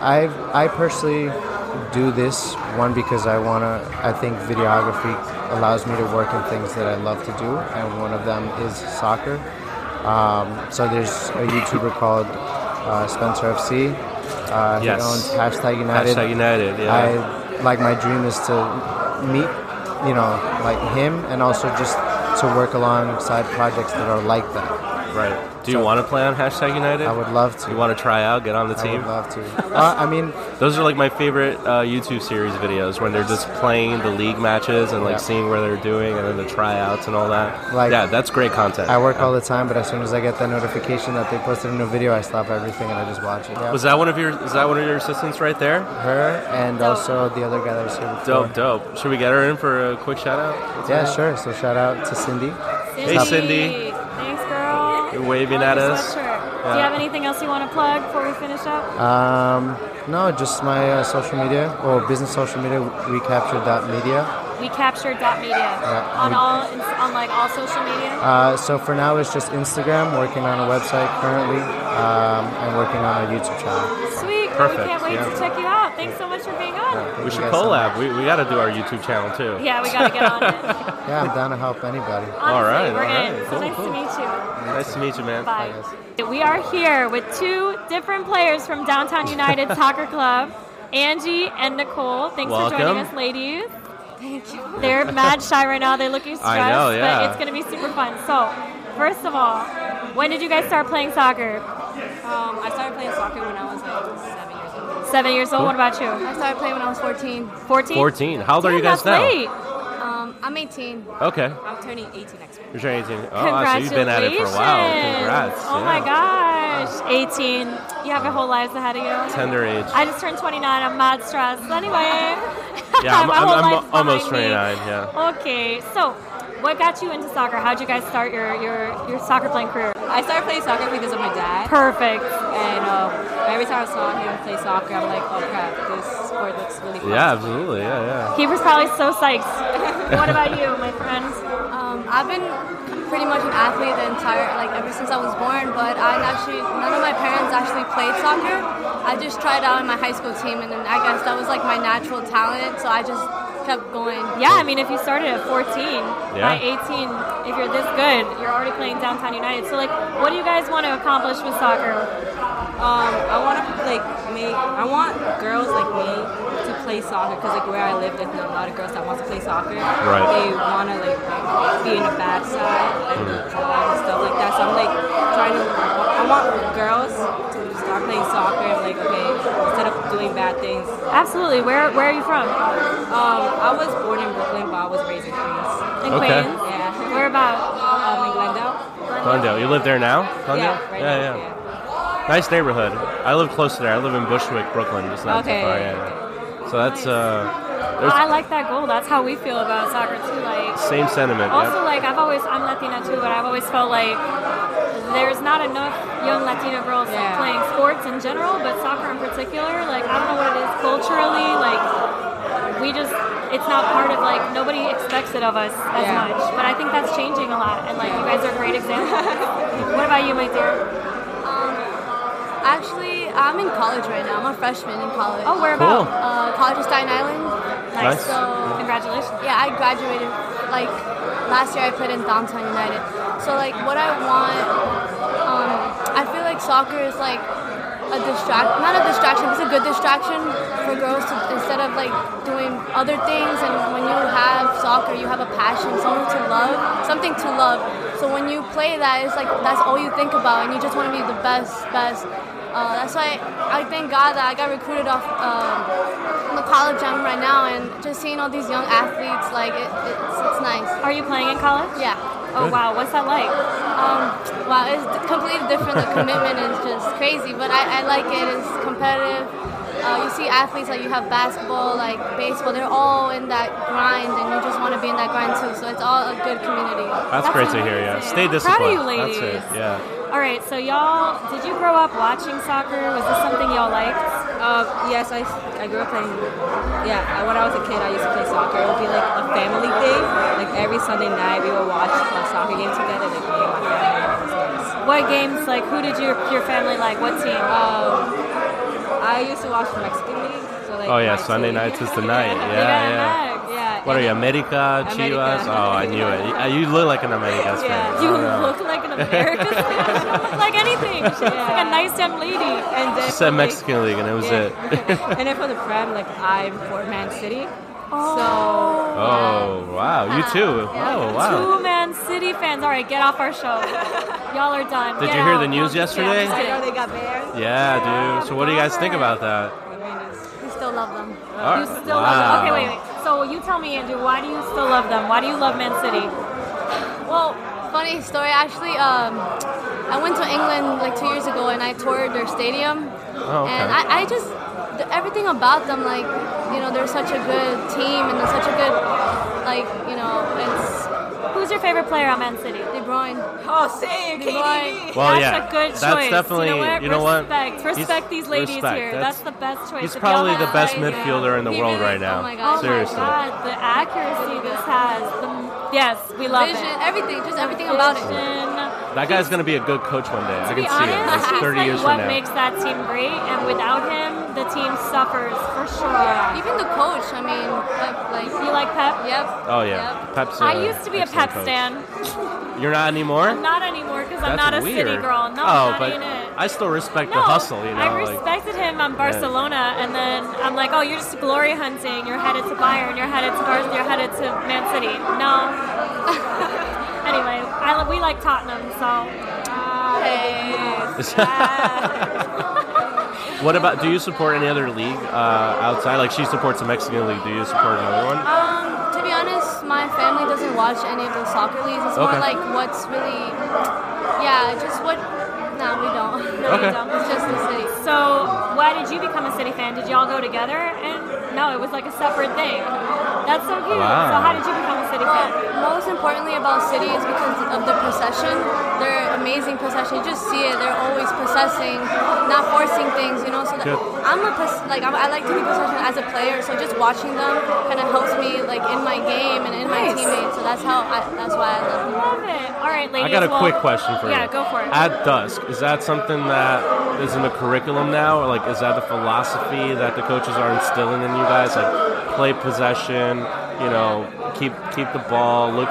[SPEAKER 5] i i personally do this one because i want to i think videography allows me to work in things that i love to do and one of them is soccer um, so there's a youtuber called uh, spencer fc uh,
[SPEAKER 1] Yes.
[SPEAKER 5] he owns hashtag united
[SPEAKER 1] Hashtag United, yeah.
[SPEAKER 5] I like my dream is to meet, you know, like him, and also just to work alongside projects that are like that.
[SPEAKER 1] right. Do you want to play on Hashtag United?
[SPEAKER 5] I would love to.
[SPEAKER 1] You want to try out, get on the
[SPEAKER 5] I
[SPEAKER 1] team?
[SPEAKER 5] would love to. Uh, I mean,
[SPEAKER 1] Those are like my favorite uh, YouTube series videos when they're just playing the league matches and like
[SPEAKER 5] Yeah.
[SPEAKER 1] seeing where they're doing and then the tryouts and all that.
[SPEAKER 5] Like-
[SPEAKER 1] yeah, that's great content.
[SPEAKER 5] I work all the time, but as soon as I get that notification that they posted a new video, I stop everything and I just watch it. Yeah.
[SPEAKER 1] Was that one of your? Is that one of your assistants right there?
[SPEAKER 5] her and also the other guy that was here before.
[SPEAKER 1] Dope, dope. Should we get her in for a quick shout out? What's
[SPEAKER 5] Yeah,
[SPEAKER 1] her
[SPEAKER 5] sure. So shout out to Cindy.
[SPEAKER 2] Cindy.
[SPEAKER 1] Cindy.
[SPEAKER 2] Thanks, girl.
[SPEAKER 1] You're waving
[SPEAKER 2] I love
[SPEAKER 1] at
[SPEAKER 2] your
[SPEAKER 1] us.
[SPEAKER 2] sweatshirt. Do you have anything else you want to plug before we finish
[SPEAKER 1] Uh,
[SPEAKER 2] up?
[SPEAKER 5] Um, no, just my uh, social media or business social media, recaptured.media.
[SPEAKER 2] We captured dot media on
[SPEAKER 1] uh,
[SPEAKER 5] we-
[SPEAKER 2] all on like all social media.
[SPEAKER 5] Uh, so for now, it's just Instagram. Working on a website currently, um, and working on a YouTube channel.
[SPEAKER 2] Sweet.
[SPEAKER 1] perfect,
[SPEAKER 2] we can't wait
[SPEAKER 1] yeah.
[SPEAKER 2] to check you out. Thanks so much for being on.
[SPEAKER 5] Thank
[SPEAKER 1] We
[SPEAKER 5] you
[SPEAKER 1] should
[SPEAKER 5] guys so
[SPEAKER 1] collab.
[SPEAKER 5] much.
[SPEAKER 1] we we got to do our YouTube channel too.
[SPEAKER 2] Yeah, we gotta get on it.
[SPEAKER 5] Yeah, I'm down to help anybody.
[SPEAKER 2] Honestly,
[SPEAKER 1] All right,
[SPEAKER 2] we're
[SPEAKER 1] all right.
[SPEAKER 2] in. So
[SPEAKER 1] Cool,
[SPEAKER 2] nice
[SPEAKER 1] cool.
[SPEAKER 2] to meet you.
[SPEAKER 1] Nice to meet you, man.
[SPEAKER 2] Bye. We are here with two different players from Downtown United Soccer Club, Angie and Nicole. Thanks for
[SPEAKER 1] Welcome.
[SPEAKER 2] joining us, ladies. Thank you. They're mad shy right now. They're looking stressed,
[SPEAKER 1] I know, yeah.
[SPEAKER 2] but it's going to be super fun. So, first of all, when did you guys start playing soccer?
[SPEAKER 4] Um, I started playing soccer when I was like seven years old.
[SPEAKER 2] Seven years old. What about you?
[SPEAKER 4] I started playing when I was 14.
[SPEAKER 2] 14?
[SPEAKER 1] 14. How old are you
[SPEAKER 2] Damn,
[SPEAKER 1] guys now?
[SPEAKER 2] that's Late.
[SPEAKER 4] Um, I'm 18.
[SPEAKER 1] Okay.
[SPEAKER 4] I'm turning 18 next week.
[SPEAKER 1] You're turning 18. Oh, wow, so
[SPEAKER 2] Congratulations.
[SPEAKER 1] you've been at it for a while. Congrats.
[SPEAKER 2] Oh
[SPEAKER 1] yeah.
[SPEAKER 2] my gosh. 18. You have your whole lives ahead of you.
[SPEAKER 1] Tender age.
[SPEAKER 2] I just turned 29. I'm mad stressed. Anyway.
[SPEAKER 1] Yeah, I'm,
[SPEAKER 2] My
[SPEAKER 1] I'm,
[SPEAKER 2] whole
[SPEAKER 1] I'm
[SPEAKER 2] life's
[SPEAKER 1] almost
[SPEAKER 2] behind
[SPEAKER 1] 29.
[SPEAKER 2] me.
[SPEAKER 1] Yeah.
[SPEAKER 2] Okay, so what got you into soccer? How'd you guys start your, your, your soccer playing career?
[SPEAKER 4] I started playing soccer because of my dad.
[SPEAKER 2] Perfect.
[SPEAKER 4] And uh, every time I saw him play soccer, I'm like, oh crap, this sport looks really fun.
[SPEAKER 1] Yeah, absolutely. Yeah, yeah.
[SPEAKER 2] He was probably so psyched. what about you, my friend?
[SPEAKER 6] Um, I've been pretty much an athlete the entire, like ever since I was born. But I actually, none of my parents actually played soccer. I just tried out in my high school team, and then I guess that was like my natural talent. So I just kept going.
[SPEAKER 2] Yeah, I mean, if you started at 14,
[SPEAKER 1] Yeah.
[SPEAKER 2] by 18, if you're this good, you're already playing Downtown United. So, like, what do you guys want to accomplish with soccer?
[SPEAKER 4] Um, I want to like make. I want girls like me to play soccer because like where I live, there's not a lot of girls that want to play soccer.
[SPEAKER 1] Right.
[SPEAKER 4] They want to like, like, be in the bad side, like drive and stuff like that. So I'm like trying to. I want girls to start playing soccer and like okay, instead of doing bad things.
[SPEAKER 2] Absolutely. Where, where are you from?
[SPEAKER 4] Um, I was born in Brooklyn, but I was raised in Queens.
[SPEAKER 2] In
[SPEAKER 1] Okay.
[SPEAKER 2] Queens?
[SPEAKER 4] Yeah.
[SPEAKER 2] Where about?
[SPEAKER 4] Um, in Glendale.
[SPEAKER 1] Glendale. You live there now? Glendale?
[SPEAKER 4] Yeah. Right
[SPEAKER 1] yeah,
[SPEAKER 4] now.
[SPEAKER 1] yeah. Nice neighborhood. I live close to there. I live in Bushwick, Brooklyn, just not too
[SPEAKER 4] Okay.
[SPEAKER 1] far. Yeah, yeah. So that's uh,
[SPEAKER 2] Oh,
[SPEAKER 1] there's
[SPEAKER 2] I like that goal. That's how we feel about soccer, too. Like,
[SPEAKER 1] same sentiment.
[SPEAKER 2] Also, like I've always, I'm Latina too, but I've always felt like there's not enough young Latina girls
[SPEAKER 4] Yeah.
[SPEAKER 2] playing sports in general, but soccer in particular. Like I don't know what it is culturally. Like we just, it's not part of like nobody expects it of us as
[SPEAKER 4] Yeah.
[SPEAKER 2] much. But I think that's changing a lot, and like you guys are a great example. what about you, my dear?
[SPEAKER 6] Actually, I'm in college right now. I'm a freshman in college.
[SPEAKER 2] Oh, where
[SPEAKER 1] Cool.
[SPEAKER 2] about?
[SPEAKER 6] Uh, college of Staten Island.
[SPEAKER 1] Nice.
[SPEAKER 6] So
[SPEAKER 2] Congratulations.
[SPEAKER 6] yeah, I graduated like last year. I played in Downtown United. So like, what I want, um, I feel like soccer is like a distract, not a distraction, it's a good distraction for girls to instead of like doing other things. And when you have soccer, you have a passion, something to love, something to love. So when you play that, it's like that's all you think about, and you just want to be the best, best. Uh, that's why I thank God that I got recruited off. Um, in the college I'm right now, and just seeing all these young athletes, like it, it's, it's nice.
[SPEAKER 2] Are you playing in college?
[SPEAKER 6] Yeah.
[SPEAKER 2] Oh wow, what's that like?
[SPEAKER 6] Um, wow, it's completely different. The commitment is just crazy, but I, I like it. It's competitive, uh, you see athletes like you have basketball, like baseball. They're all in that grind, and you just want to be in that grind too. So it's all a good community.
[SPEAKER 1] That's, great to hear. Yeah, stay disciplined.
[SPEAKER 2] you ladies.
[SPEAKER 1] That's it. Yeah,
[SPEAKER 2] All right, so y'all, did you grow up watching soccer? Was this something y'all liked?
[SPEAKER 7] Uh, yes, I, I grew up playing. Yeah, I- when I was a kid, I used to play soccer. It would be like a family thing. Like every Sunday night, we would watch a soccer game together. Like me and my family. It was nice.
[SPEAKER 2] What games? Like, who did your your family like? What team?
[SPEAKER 1] Uh,
[SPEAKER 7] Um, I used to watch Mexican league. So like
[SPEAKER 1] Oh, yeah,
[SPEAKER 7] my
[SPEAKER 1] Sunday
[SPEAKER 7] team-
[SPEAKER 1] nights is the night,
[SPEAKER 2] Oh, You
[SPEAKER 1] yeah,
[SPEAKER 2] got
[SPEAKER 1] yeah.
[SPEAKER 2] Max.
[SPEAKER 7] yeah.
[SPEAKER 1] what are
[SPEAKER 7] and
[SPEAKER 1] you, America,
[SPEAKER 7] America.
[SPEAKER 1] Chivas? Oh, I knew it. You- uh, You look like an America fan. Oh,
[SPEAKER 2] You look like an American. like anything. She looks like a nice young lady.
[SPEAKER 7] And then
[SPEAKER 1] She said
[SPEAKER 7] from, like,
[SPEAKER 1] Mexican League, and it was it.
[SPEAKER 7] yeah. and then for the prem, like I'm for Man City. So
[SPEAKER 1] Oh, wow. You too. Oh, wow.
[SPEAKER 2] Two Man City fans. All right, get off our show. Y'all are done.
[SPEAKER 1] Did
[SPEAKER 2] Get
[SPEAKER 1] you hear the
[SPEAKER 2] out.
[SPEAKER 1] news
[SPEAKER 2] Yeah, I'm just
[SPEAKER 1] yesterday?
[SPEAKER 2] kidding.
[SPEAKER 7] I know they got banned.
[SPEAKER 1] Yeah, dude. So, what do you guys think about that?
[SPEAKER 7] I mean, it's-
[SPEAKER 6] We still love them.
[SPEAKER 1] All
[SPEAKER 2] You
[SPEAKER 1] right.
[SPEAKER 2] still love them. Okay, wait, wait. So you tell me, Andrew, why do you still love them? Why do you love Man City?
[SPEAKER 6] Well, funny story. Actually, um, I went to England like two years ago, and I toured their stadium.
[SPEAKER 1] Oh, okay.
[SPEAKER 6] And I, I just the, everything about them, like you know, they're such a good team, and they're such a good, like you know, it's
[SPEAKER 2] Who's your favorite player on Man City?
[SPEAKER 6] De Bruyne.
[SPEAKER 7] oh, same KDB.
[SPEAKER 1] Well,
[SPEAKER 2] that's
[SPEAKER 1] yeah,
[SPEAKER 2] a good
[SPEAKER 1] that's
[SPEAKER 2] choice.
[SPEAKER 1] definitely.
[SPEAKER 2] you know what? respect.
[SPEAKER 1] He's-
[SPEAKER 2] Respect these ladies
[SPEAKER 1] respect.
[SPEAKER 2] here. That's, the best choice.
[SPEAKER 1] He's
[SPEAKER 2] If y'all
[SPEAKER 1] probably
[SPEAKER 2] had
[SPEAKER 1] the best
[SPEAKER 6] Yeah.
[SPEAKER 1] midfielder in the
[SPEAKER 6] He
[SPEAKER 1] world
[SPEAKER 6] really-
[SPEAKER 1] right now.
[SPEAKER 6] oh my God.
[SPEAKER 2] Oh
[SPEAKER 1] Seriously.
[SPEAKER 2] my god, the accuracy this has. The, yes, we love
[SPEAKER 6] Vision,
[SPEAKER 2] it.
[SPEAKER 6] everything, just everything about it.
[SPEAKER 2] Vision.
[SPEAKER 1] That guy's gonna be a good coach one day. I
[SPEAKER 2] To
[SPEAKER 1] can
[SPEAKER 2] be
[SPEAKER 1] see it.
[SPEAKER 2] honest,
[SPEAKER 1] Like
[SPEAKER 2] he's
[SPEAKER 1] Thirty
[SPEAKER 2] like
[SPEAKER 1] years
[SPEAKER 2] what
[SPEAKER 1] from now.
[SPEAKER 2] makes that team great, and without him, the team suffers for sure.
[SPEAKER 6] Even the coach, I mean, Pep, like,
[SPEAKER 2] You like Pep?
[SPEAKER 6] yep.
[SPEAKER 1] oh yeah,
[SPEAKER 6] Yep.
[SPEAKER 1] Pep's.
[SPEAKER 2] I used to be a
[SPEAKER 1] excellent
[SPEAKER 2] Pep
[SPEAKER 1] coach.
[SPEAKER 2] stan.
[SPEAKER 1] You're not anymore.
[SPEAKER 2] Not anymore because I'm
[SPEAKER 1] That's
[SPEAKER 2] not a
[SPEAKER 1] weird.
[SPEAKER 2] city girl. No,
[SPEAKER 1] oh,
[SPEAKER 2] I'm not
[SPEAKER 1] but
[SPEAKER 2] in it.
[SPEAKER 1] I still respect
[SPEAKER 2] no,
[SPEAKER 1] the hustle. You
[SPEAKER 2] I
[SPEAKER 1] know, like
[SPEAKER 2] respected him on Barcelona, and then I'm like, oh, you're just glory hunting. You're headed to Bayern. You're headed to Barcelona. You're headed to Man City. No. anyway, I, li- we like Tottenham, so uh,
[SPEAKER 1] what about? Do you support any other league uh, outside? Like she supports a Mexican league. Do you support another
[SPEAKER 2] Uh,
[SPEAKER 1] one?
[SPEAKER 6] Um, to be honest, my family doesn't watch any of the soccer leagues. It's
[SPEAKER 1] Okay.
[SPEAKER 6] more like what's really, yeah, just what. No, we don't.
[SPEAKER 2] no,
[SPEAKER 1] Okay.
[SPEAKER 2] you don't.
[SPEAKER 6] It's just the city.
[SPEAKER 2] So, why did you become a City fan? Did y'all go together? And no, it was like a separate thing. That's so cute.
[SPEAKER 1] Wow.
[SPEAKER 2] So, how did you become a City
[SPEAKER 6] Well,
[SPEAKER 2] fan?
[SPEAKER 6] most importantly about City is because of the procession. They're amazing procession. You just see it. They're always possessing, not forcing things. You know, so that,
[SPEAKER 1] Good.
[SPEAKER 6] I'm a pos- like I'm, I like to be possession as a player. So just watching them kind of helps me like in my game and in my teammates. So that's how I, that's why I love. Them.
[SPEAKER 2] Love it. All right,
[SPEAKER 1] I
[SPEAKER 2] ladies.
[SPEAKER 1] got a
[SPEAKER 2] well-
[SPEAKER 1] quick question for you.
[SPEAKER 2] Yeah, go for it.
[SPEAKER 1] At dusk, is that something that is in the curriculum now, or like is that the philosophy that the coaches are instilling in you guys? Like play possession, you know, keep keep the ball, look,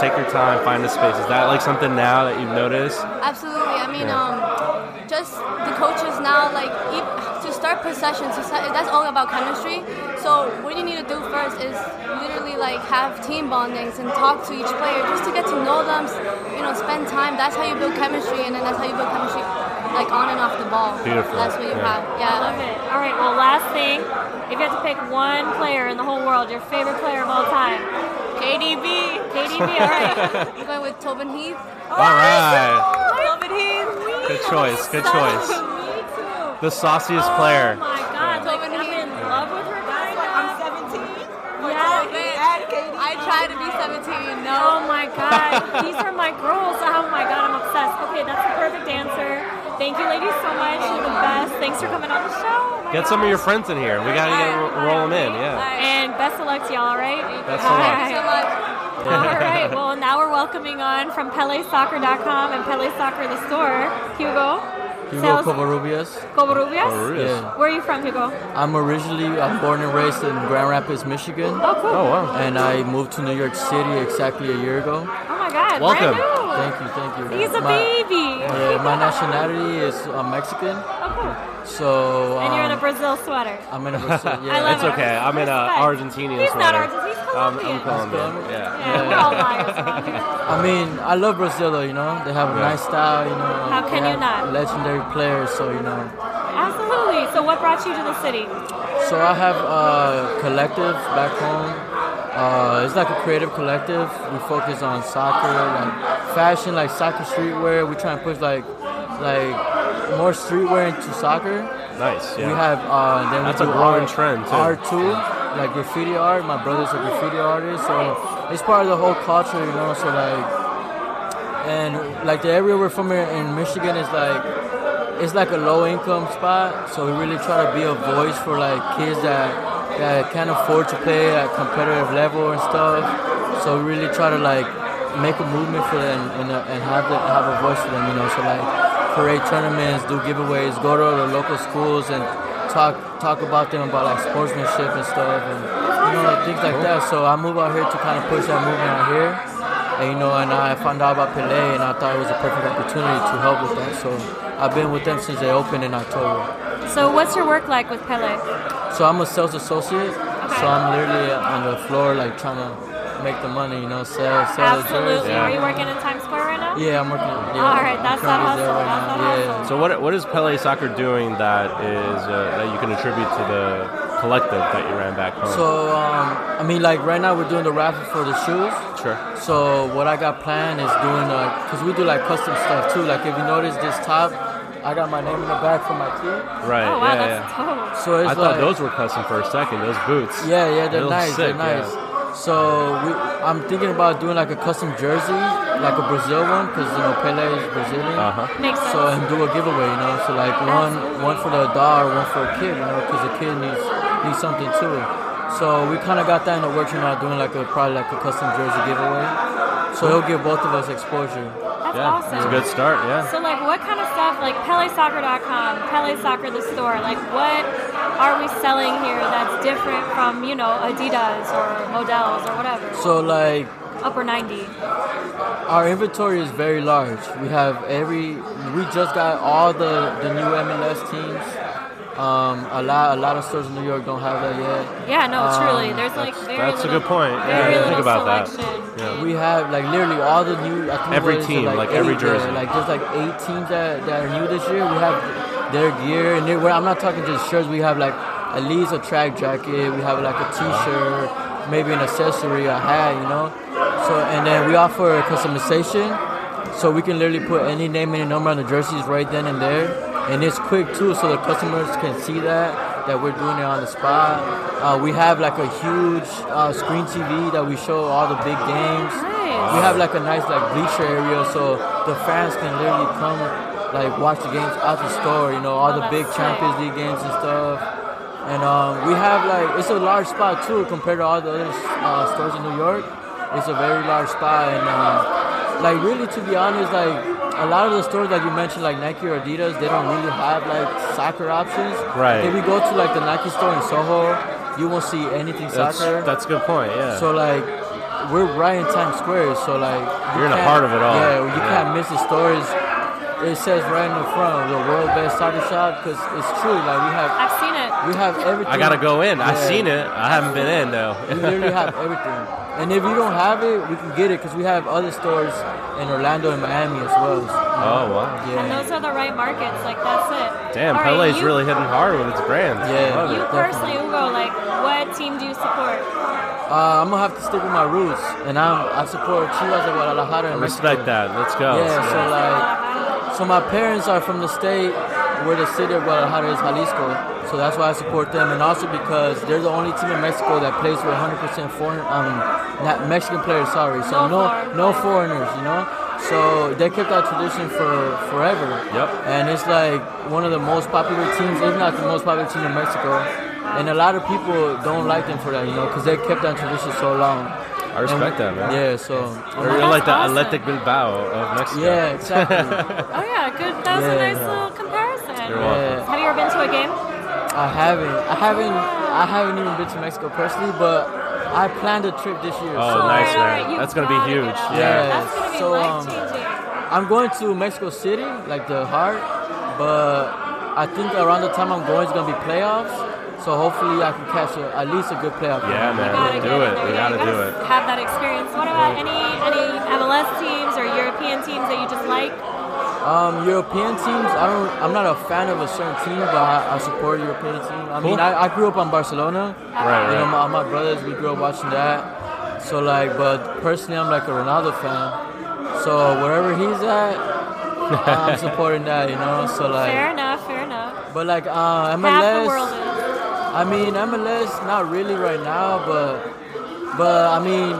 [SPEAKER 1] take your time, find the space. Is that like something now that you've noticed?
[SPEAKER 6] Absolutely. I mean,
[SPEAKER 1] Yeah.
[SPEAKER 6] um, just the coaches now, like, ev- to start possessions, to set- that's all about chemistry. So, what you need to do first is literally, like, have team bondings and talk to each player just to get to know them, s- you know, spend time. That's how you build chemistry, and then that's how you build chemistry, like, on and off the ball.
[SPEAKER 1] Beautiful.
[SPEAKER 6] That's what you
[SPEAKER 1] Yeah.
[SPEAKER 6] have. Yeah.
[SPEAKER 2] Love it. All right. Well, last thing, if you had to pick one player in the whole world, your favorite player of all time, KDB. KDB. All right.
[SPEAKER 6] You went with Tobin Heath.
[SPEAKER 1] All right,
[SPEAKER 2] Love it, Heath.
[SPEAKER 1] good choice, good choice.
[SPEAKER 2] Me too.
[SPEAKER 1] The sauciest player.
[SPEAKER 2] Oh my God! Like,
[SPEAKER 6] Tobin
[SPEAKER 2] I'm
[SPEAKER 6] Heath.
[SPEAKER 2] in love with her.
[SPEAKER 7] That's why
[SPEAKER 2] Kind
[SPEAKER 7] I'm 17.
[SPEAKER 2] Yeah.
[SPEAKER 7] And KDB.
[SPEAKER 6] I tried to be 17. No.
[SPEAKER 2] Oh my God! These are my girls. Oh my God! I'm obsessed. Okay, that's the perfect answer. Thank you, ladies, so much. You're the best. Thanks for coming on the show. Oh my
[SPEAKER 1] Get some of your
[SPEAKER 2] gosh.
[SPEAKER 1] friends in here. We gotta get, ro- roll them in. Yeah.
[SPEAKER 2] And best of luck to y'all. All right.
[SPEAKER 1] Best of
[SPEAKER 2] All
[SPEAKER 1] luck.
[SPEAKER 6] Thank you so
[SPEAKER 2] right.
[SPEAKER 6] much.
[SPEAKER 2] All right. Well, now we're welcoming on from PeleSoccer.com and Pele Soccer the store, Hugo.
[SPEAKER 8] Hugo
[SPEAKER 2] Sales-
[SPEAKER 8] Covarrubias.
[SPEAKER 2] Covarrubias?
[SPEAKER 1] Covarrubias.
[SPEAKER 8] Yeah.
[SPEAKER 2] Where are you from, Hugo?
[SPEAKER 8] I'm originally I'm born and raised in Grand Rapids, Michigan,
[SPEAKER 2] Oh, cool.
[SPEAKER 1] Oh
[SPEAKER 2] Oh,
[SPEAKER 1] wow.
[SPEAKER 8] and I moved to New York City exactly a year ago.
[SPEAKER 2] Oh my God.
[SPEAKER 1] Welcome.
[SPEAKER 2] Brand
[SPEAKER 8] Thank you, thank you.
[SPEAKER 2] new. He's a
[SPEAKER 8] my,
[SPEAKER 2] baby.
[SPEAKER 8] Yeah, my nationality is uh, Mexican,
[SPEAKER 2] Oh, cool.
[SPEAKER 8] so um,
[SPEAKER 2] And you're in a Brazil sweater.
[SPEAKER 8] I'm in a Brazil. Yeah,
[SPEAKER 2] I love
[SPEAKER 1] It's
[SPEAKER 2] it.
[SPEAKER 1] okay. I'm in a
[SPEAKER 2] Respect.
[SPEAKER 1] Argentinian
[SPEAKER 2] He's not
[SPEAKER 1] sweater.
[SPEAKER 2] Argentine. He's
[SPEAKER 1] Um,
[SPEAKER 2] Colombian.
[SPEAKER 1] I'm Colombian.
[SPEAKER 8] Colombian?
[SPEAKER 1] Yeah.
[SPEAKER 2] yeah, we're all liars around here.
[SPEAKER 8] I mean, I love Brazil. though, You know, they have a
[SPEAKER 1] Yeah.
[SPEAKER 8] nice style. You know,
[SPEAKER 2] How
[SPEAKER 8] they
[SPEAKER 2] can you
[SPEAKER 8] have
[SPEAKER 2] not?
[SPEAKER 8] Legendary players. So you know,
[SPEAKER 2] Absolutely. So, what brought you to the city?
[SPEAKER 8] So I have a collective back home. Uh, it's like a creative collective. We focus on soccer, like fashion, like soccer streetwear. We try and push like like more streetwear into soccer.
[SPEAKER 1] Nice. Yeah.
[SPEAKER 8] We have uh, then
[SPEAKER 1] That's
[SPEAKER 8] we
[SPEAKER 1] a
[SPEAKER 8] do
[SPEAKER 1] growing
[SPEAKER 8] art,
[SPEAKER 1] trend, too.
[SPEAKER 8] Art too, like graffiti art. My brother's a graffiti artist, so it's part of the whole culture, you know. So like, and like the area we're from here in Michigan is like, it's like a low income spot. So we really try to be a voice for like kids that that can't afford to play at competitive level and stuff. So we really try to like make a movement for them and, uh, and have the, have a voice for them, you know. So like parade tournaments, do giveaways, go to the local schools and talk talk about them about like sportsmanship and stuff and you know like things like that. So I moved out here to kind of push that movement out here. And you know, and I found out about Pele, and I thought it was a perfect opportunity to help with that. So I've been with them since they opened in October.
[SPEAKER 2] So, what's your work like with Pele?
[SPEAKER 8] So I'm a sales associate. So I'm literally on the floor, like trying to make the money. You know, sell, sell the
[SPEAKER 2] Absolutely.
[SPEAKER 8] jersey.
[SPEAKER 2] Are you working in Times Square right now?
[SPEAKER 8] Yeah, I'm working. Yeah,
[SPEAKER 2] All right, that's the
[SPEAKER 8] currently there
[SPEAKER 2] hustle,
[SPEAKER 8] right
[SPEAKER 2] that's
[SPEAKER 8] now,
[SPEAKER 2] the
[SPEAKER 8] yeah.
[SPEAKER 2] hustle.
[SPEAKER 1] So what what is Pele Soccer doing that is uh, that you can attribute to the collective that you ran back home?
[SPEAKER 8] So um, I mean, like right now we're doing the raffle for the shoes.
[SPEAKER 1] sure.
[SPEAKER 8] So what I got planned is doing like, cause we do like custom stuff too. Like if you notice this top, I got my name in the back for my team.
[SPEAKER 1] Right.
[SPEAKER 2] Oh, wow,
[SPEAKER 1] yeah,
[SPEAKER 2] that's
[SPEAKER 1] yeah.
[SPEAKER 2] total.
[SPEAKER 8] So it's
[SPEAKER 1] I
[SPEAKER 8] like,
[SPEAKER 1] thought those were custom for a second. Those boots.
[SPEAKER 8] yeah, yeah,
[SPEAKER 1] They
[SPEAKER 8] they're
[SPEAKER 1] look
[SPEAKER 8] nice,
[SPEAKER 1] sick,
[SPEAKER 8] they're
[SPEAKER 1] yeah.
[SPEAKER 8] nice. So we, I'm thinking about doing like a custom jersey, like a Brazil one, cause you know Pele is Brazilian.
[SPEAKER 1] Uh-huh.
[SPEAKER 2] Makes sense.
[SPEAKER 8] So and do a giveaway, you know. So like one one for the dog, one for a kid, you know, because the kid needs needs something too. So we kind of got that in the works, you know, doing like a probably like a custom jersey giveaway. So it'll give both of us exposure.
[SPEAKER 2] that's
[SPEAKER 1] Yeah,
[SPEAKER 2] awesome.
[SPEAKER 1] it's a good start. Yeah.
[SPEAKER 2] So, like, what kind of stuff, like PeleSoccer.com, Pele Soccer the store, like, what are we selling here that's different from, you know, Adidas or Models or whatever?
[SPEAKER 8] So like
[SPEAKER 2] Upper 90.
[SPEAKER 8] our inventory is very large. We have every we just got all the the new MLS teams. Um, a lot a lot of stores in New York don't have that yet.
[SPEAKER 2] Yeah, no,
[SPEAKER 8] Um,
[SPEAKER 2] truly. There's, like, very
[SPEAKER 1] That's a
[SPEAKER 2] little-
[SPEAKER 1] good point. Yeah, I
[SPEAKER 2] Very
[SPEAKER 1] didn't
[SPEAKER 2] little
[SPEAKER 1] think about that.
[SPEAKER 2] selection.
[SPEAKER 1] Yeah.
[SPEAKER 8] We have like literally all the new. I think
[SPEAKER 1] Every
[SPEAKER 8] what is it,
[SPEAKER 1] team, like, every
[SPEAKER 8] eight,
[SPEAKER 1] jersey.
[SPEAKER 8] Yeah, like there's like eight teams that, that are new this year. We have their gear, and they, well, I'm not talking just shirts. We have like at least a track jacket. We have like a T-shirt, maybe an accessory, a hat, you know. So and then we offer customization, so we can literally put any name, any number on the jerseys right then and there, and it's quick too, so the customers can see that. That we're doing it on the spot. Uh, we have like a huge uh, screen TV that we show all the big games.
[SPEAKER 2] Nice.
[SPEAKER 8] We have like a nice like bleacher area, so the fans can literally come like watch the games at the store. You know, all the
[SPEAKER 2] Oh, that's
[SPEAKER 8] big
[SPEAKER 2] sick.
[SPEAKER 8] Champions League games and stuff. And um, we have like it's a large spot too compared to all the other uh, stores in New York. It's a very large spot, and um, like really to be honest, like a lot of the stores that you mentioned, like Nike or Adidas, they don't really have like soccer options.
[SPEAKER 1] Right.
[SPEAKER 8] If you go to like the Nike store in Soho, you won't see anything
[SPEAKER 1] That's
[SPEAKER 8] soccer.
[SPEAKER 1] that's a good point. Yeah.
[SPEAKER 8] So like, we're right in Times Square. So like, you
[SPEAKER 1] You're in the
[SPEAKER 8] can't-
[SPEAKER 1] heart of it all.
[SPEAKER 8] Yeah, you
[SPEAKER 1] Yeah.
[SPEAKER 8] can't miss the stories. It says right in the front, the world best soccer shop, because it's true. Like we have,
[SPEAKER 2] I've seen it.
[SPEAKER 8] we have everything.
[SPEAKER 1] I gotta go in. I've
[SPEAKER 8] Yeah.
[SPEAKER 1] seen it. I haven't been in
[SPEAKER 8] We
[SPEAKER 1] though.
[SPEAKER 8] literally have everything. And if you don't have it, we can get it because we have other stores in Orlando and Miami as well.
[SPEAKER 1] oh wow.
[SPEAKER 2] And
[SPEAKER 8] Yeah.
[SPEAKER 2] those are the right markets. Like, that's it.
[SPEAKER 1] Damn,
[SPEAKER 2] All right,
[SPEAKER 1] Pele's
[SPEAKER 2] you-
[SPEAKER 1] really hitting hard with its brand.
[SPEAKER 8] Yeah.
[SPEAKER 1] Love
[SPEAKER 2] You
[SPEAKER 1] it.
[SPEAKER 8] Definitely.
[SPEAKER 2] personally, Ugo, like, what team do you support?
[SPEAKER 8] Uh, I'm gonna have to stick with my roots, and I'm I support Chivas de
[SPEAKER 1] I
[SPEAKER 8] Guadalajara. in
[SPEAKER 1] respect
[SPEAKER 8] Mexico.
[SPEAKER 1] that. Let's go.
[SPEAKER 8] Yeah, so like. So my parents are from the state where the city of Guadalajara is Jalisco, so that's why I support them, and also because they're the only team in Mexico that plays with 100% foreign, um, not Mexican players. Sorry,
[SPEAKER 2] No
[SPEAKER 8] so no,
[SPEAKER 2] foreigners.
[SPEAKER 8] no foreigners, you know. So they kept that tradition for forever.
[SPEAKER 1] Yep.
[SPEAKER 8] And it's like one of the most popular teams, if not the most popular team in Mexico. And a lot of people don't like them for that, you know, because they kept that tradition so long.
[SPEAKER 1] I respect that, man.
[SPEAKER 8] Yeah. So. um,
[SPEAKER 1] They're
[SPEAKER 2] That's
[SPEAKER 1] like the
[SPEAKER 2] awesome.
[SPEAKER 1] Athletic Bilbao of Mexico.
[SPEAKER 8] Yeah. Exactly.
[SPEAKER 2] Oh, yeah, good. That was a
[SPEAKER 8] Yeah.
[SPEAKER 2] nice little comparison.
[SPEAKER 1] You're welcome.
[SPEAKER 8] yeah.
[SPEAKER 2] Have you ever been to a game?
[SPEAKER 8] I haven't. I haven't. I haven't even been to Mexico personally, but I planned a trip this year.
[SPEAKER 1] Oh,
[SPEAKER 8] so
[SPEAKER 1] nice,
[SPEAKER 2] All right,
[SPEAKER 1] man.
[SPEAKER 2] all right,
[SPEAKER 1] That's
[SPEAKER 2] you
[SPEAKER 1] gonna be
[SPEAKER 2] gotta get
[SPEAKER 1] huge.
[SPEAKER 2] out
[SPEAKER 1] Yeah.
[SPEAKER 2] there.
[SPEAKER 8] Yeah,
[SPEAKER 2] That's gonna be
[SPEAKER 8] so, um,
[SPEAKER 2] life changing.
[SPEAKER 8] I'm going to Mexico City, like the heart, but I think around the time I'm going is gonna be playoffs. So hopefully I can catch a, at least a good playoff. game.
[SPEAKER 1] Yeah, man.
[SPEAKER 2] gotta
[SPEAKER 1] do
[SPEAKER 2] get
[SPEAKER 1] it.
[SPEAKER 2] out there.
[SPEAKER 1] We
[SPEAKER 2] Yeah,
[SPEAKER 1] gotta
[SPEAKER 2] you
[SPEAKER 1] do it.
[SPEAKER 2] Have that experience. What about any any MLS teams or European teams that you just like?
[SPEAKER 8] Um, European teams. I don't. I'm not a fan of a certain team, but I, I support European teams. I mean,
[SPEAKER 1] Cool.
[SPEAKER 8] I, I grew up on Barcelona.
[SPEAKER 1] Right,
[SPEAKER 8] You know,
[SPEAKER 1] right.
[SPEAKER 8] my, my brothers, we grew up watching that. So like, but personally, I'm like a Ronaldo fan. So wherever he's at, I'm supporting that. You know, so like,
[SPEAKER 2] Fair enough. Fair enough.
[SPEAKER 8] But like uh,
[SPEAKER 2] Half the world
[SPEAKER 8] MLS,
[SPEAKER 2] is.
[SPEAKER 8] I mean MLS, not really right now, but but I mean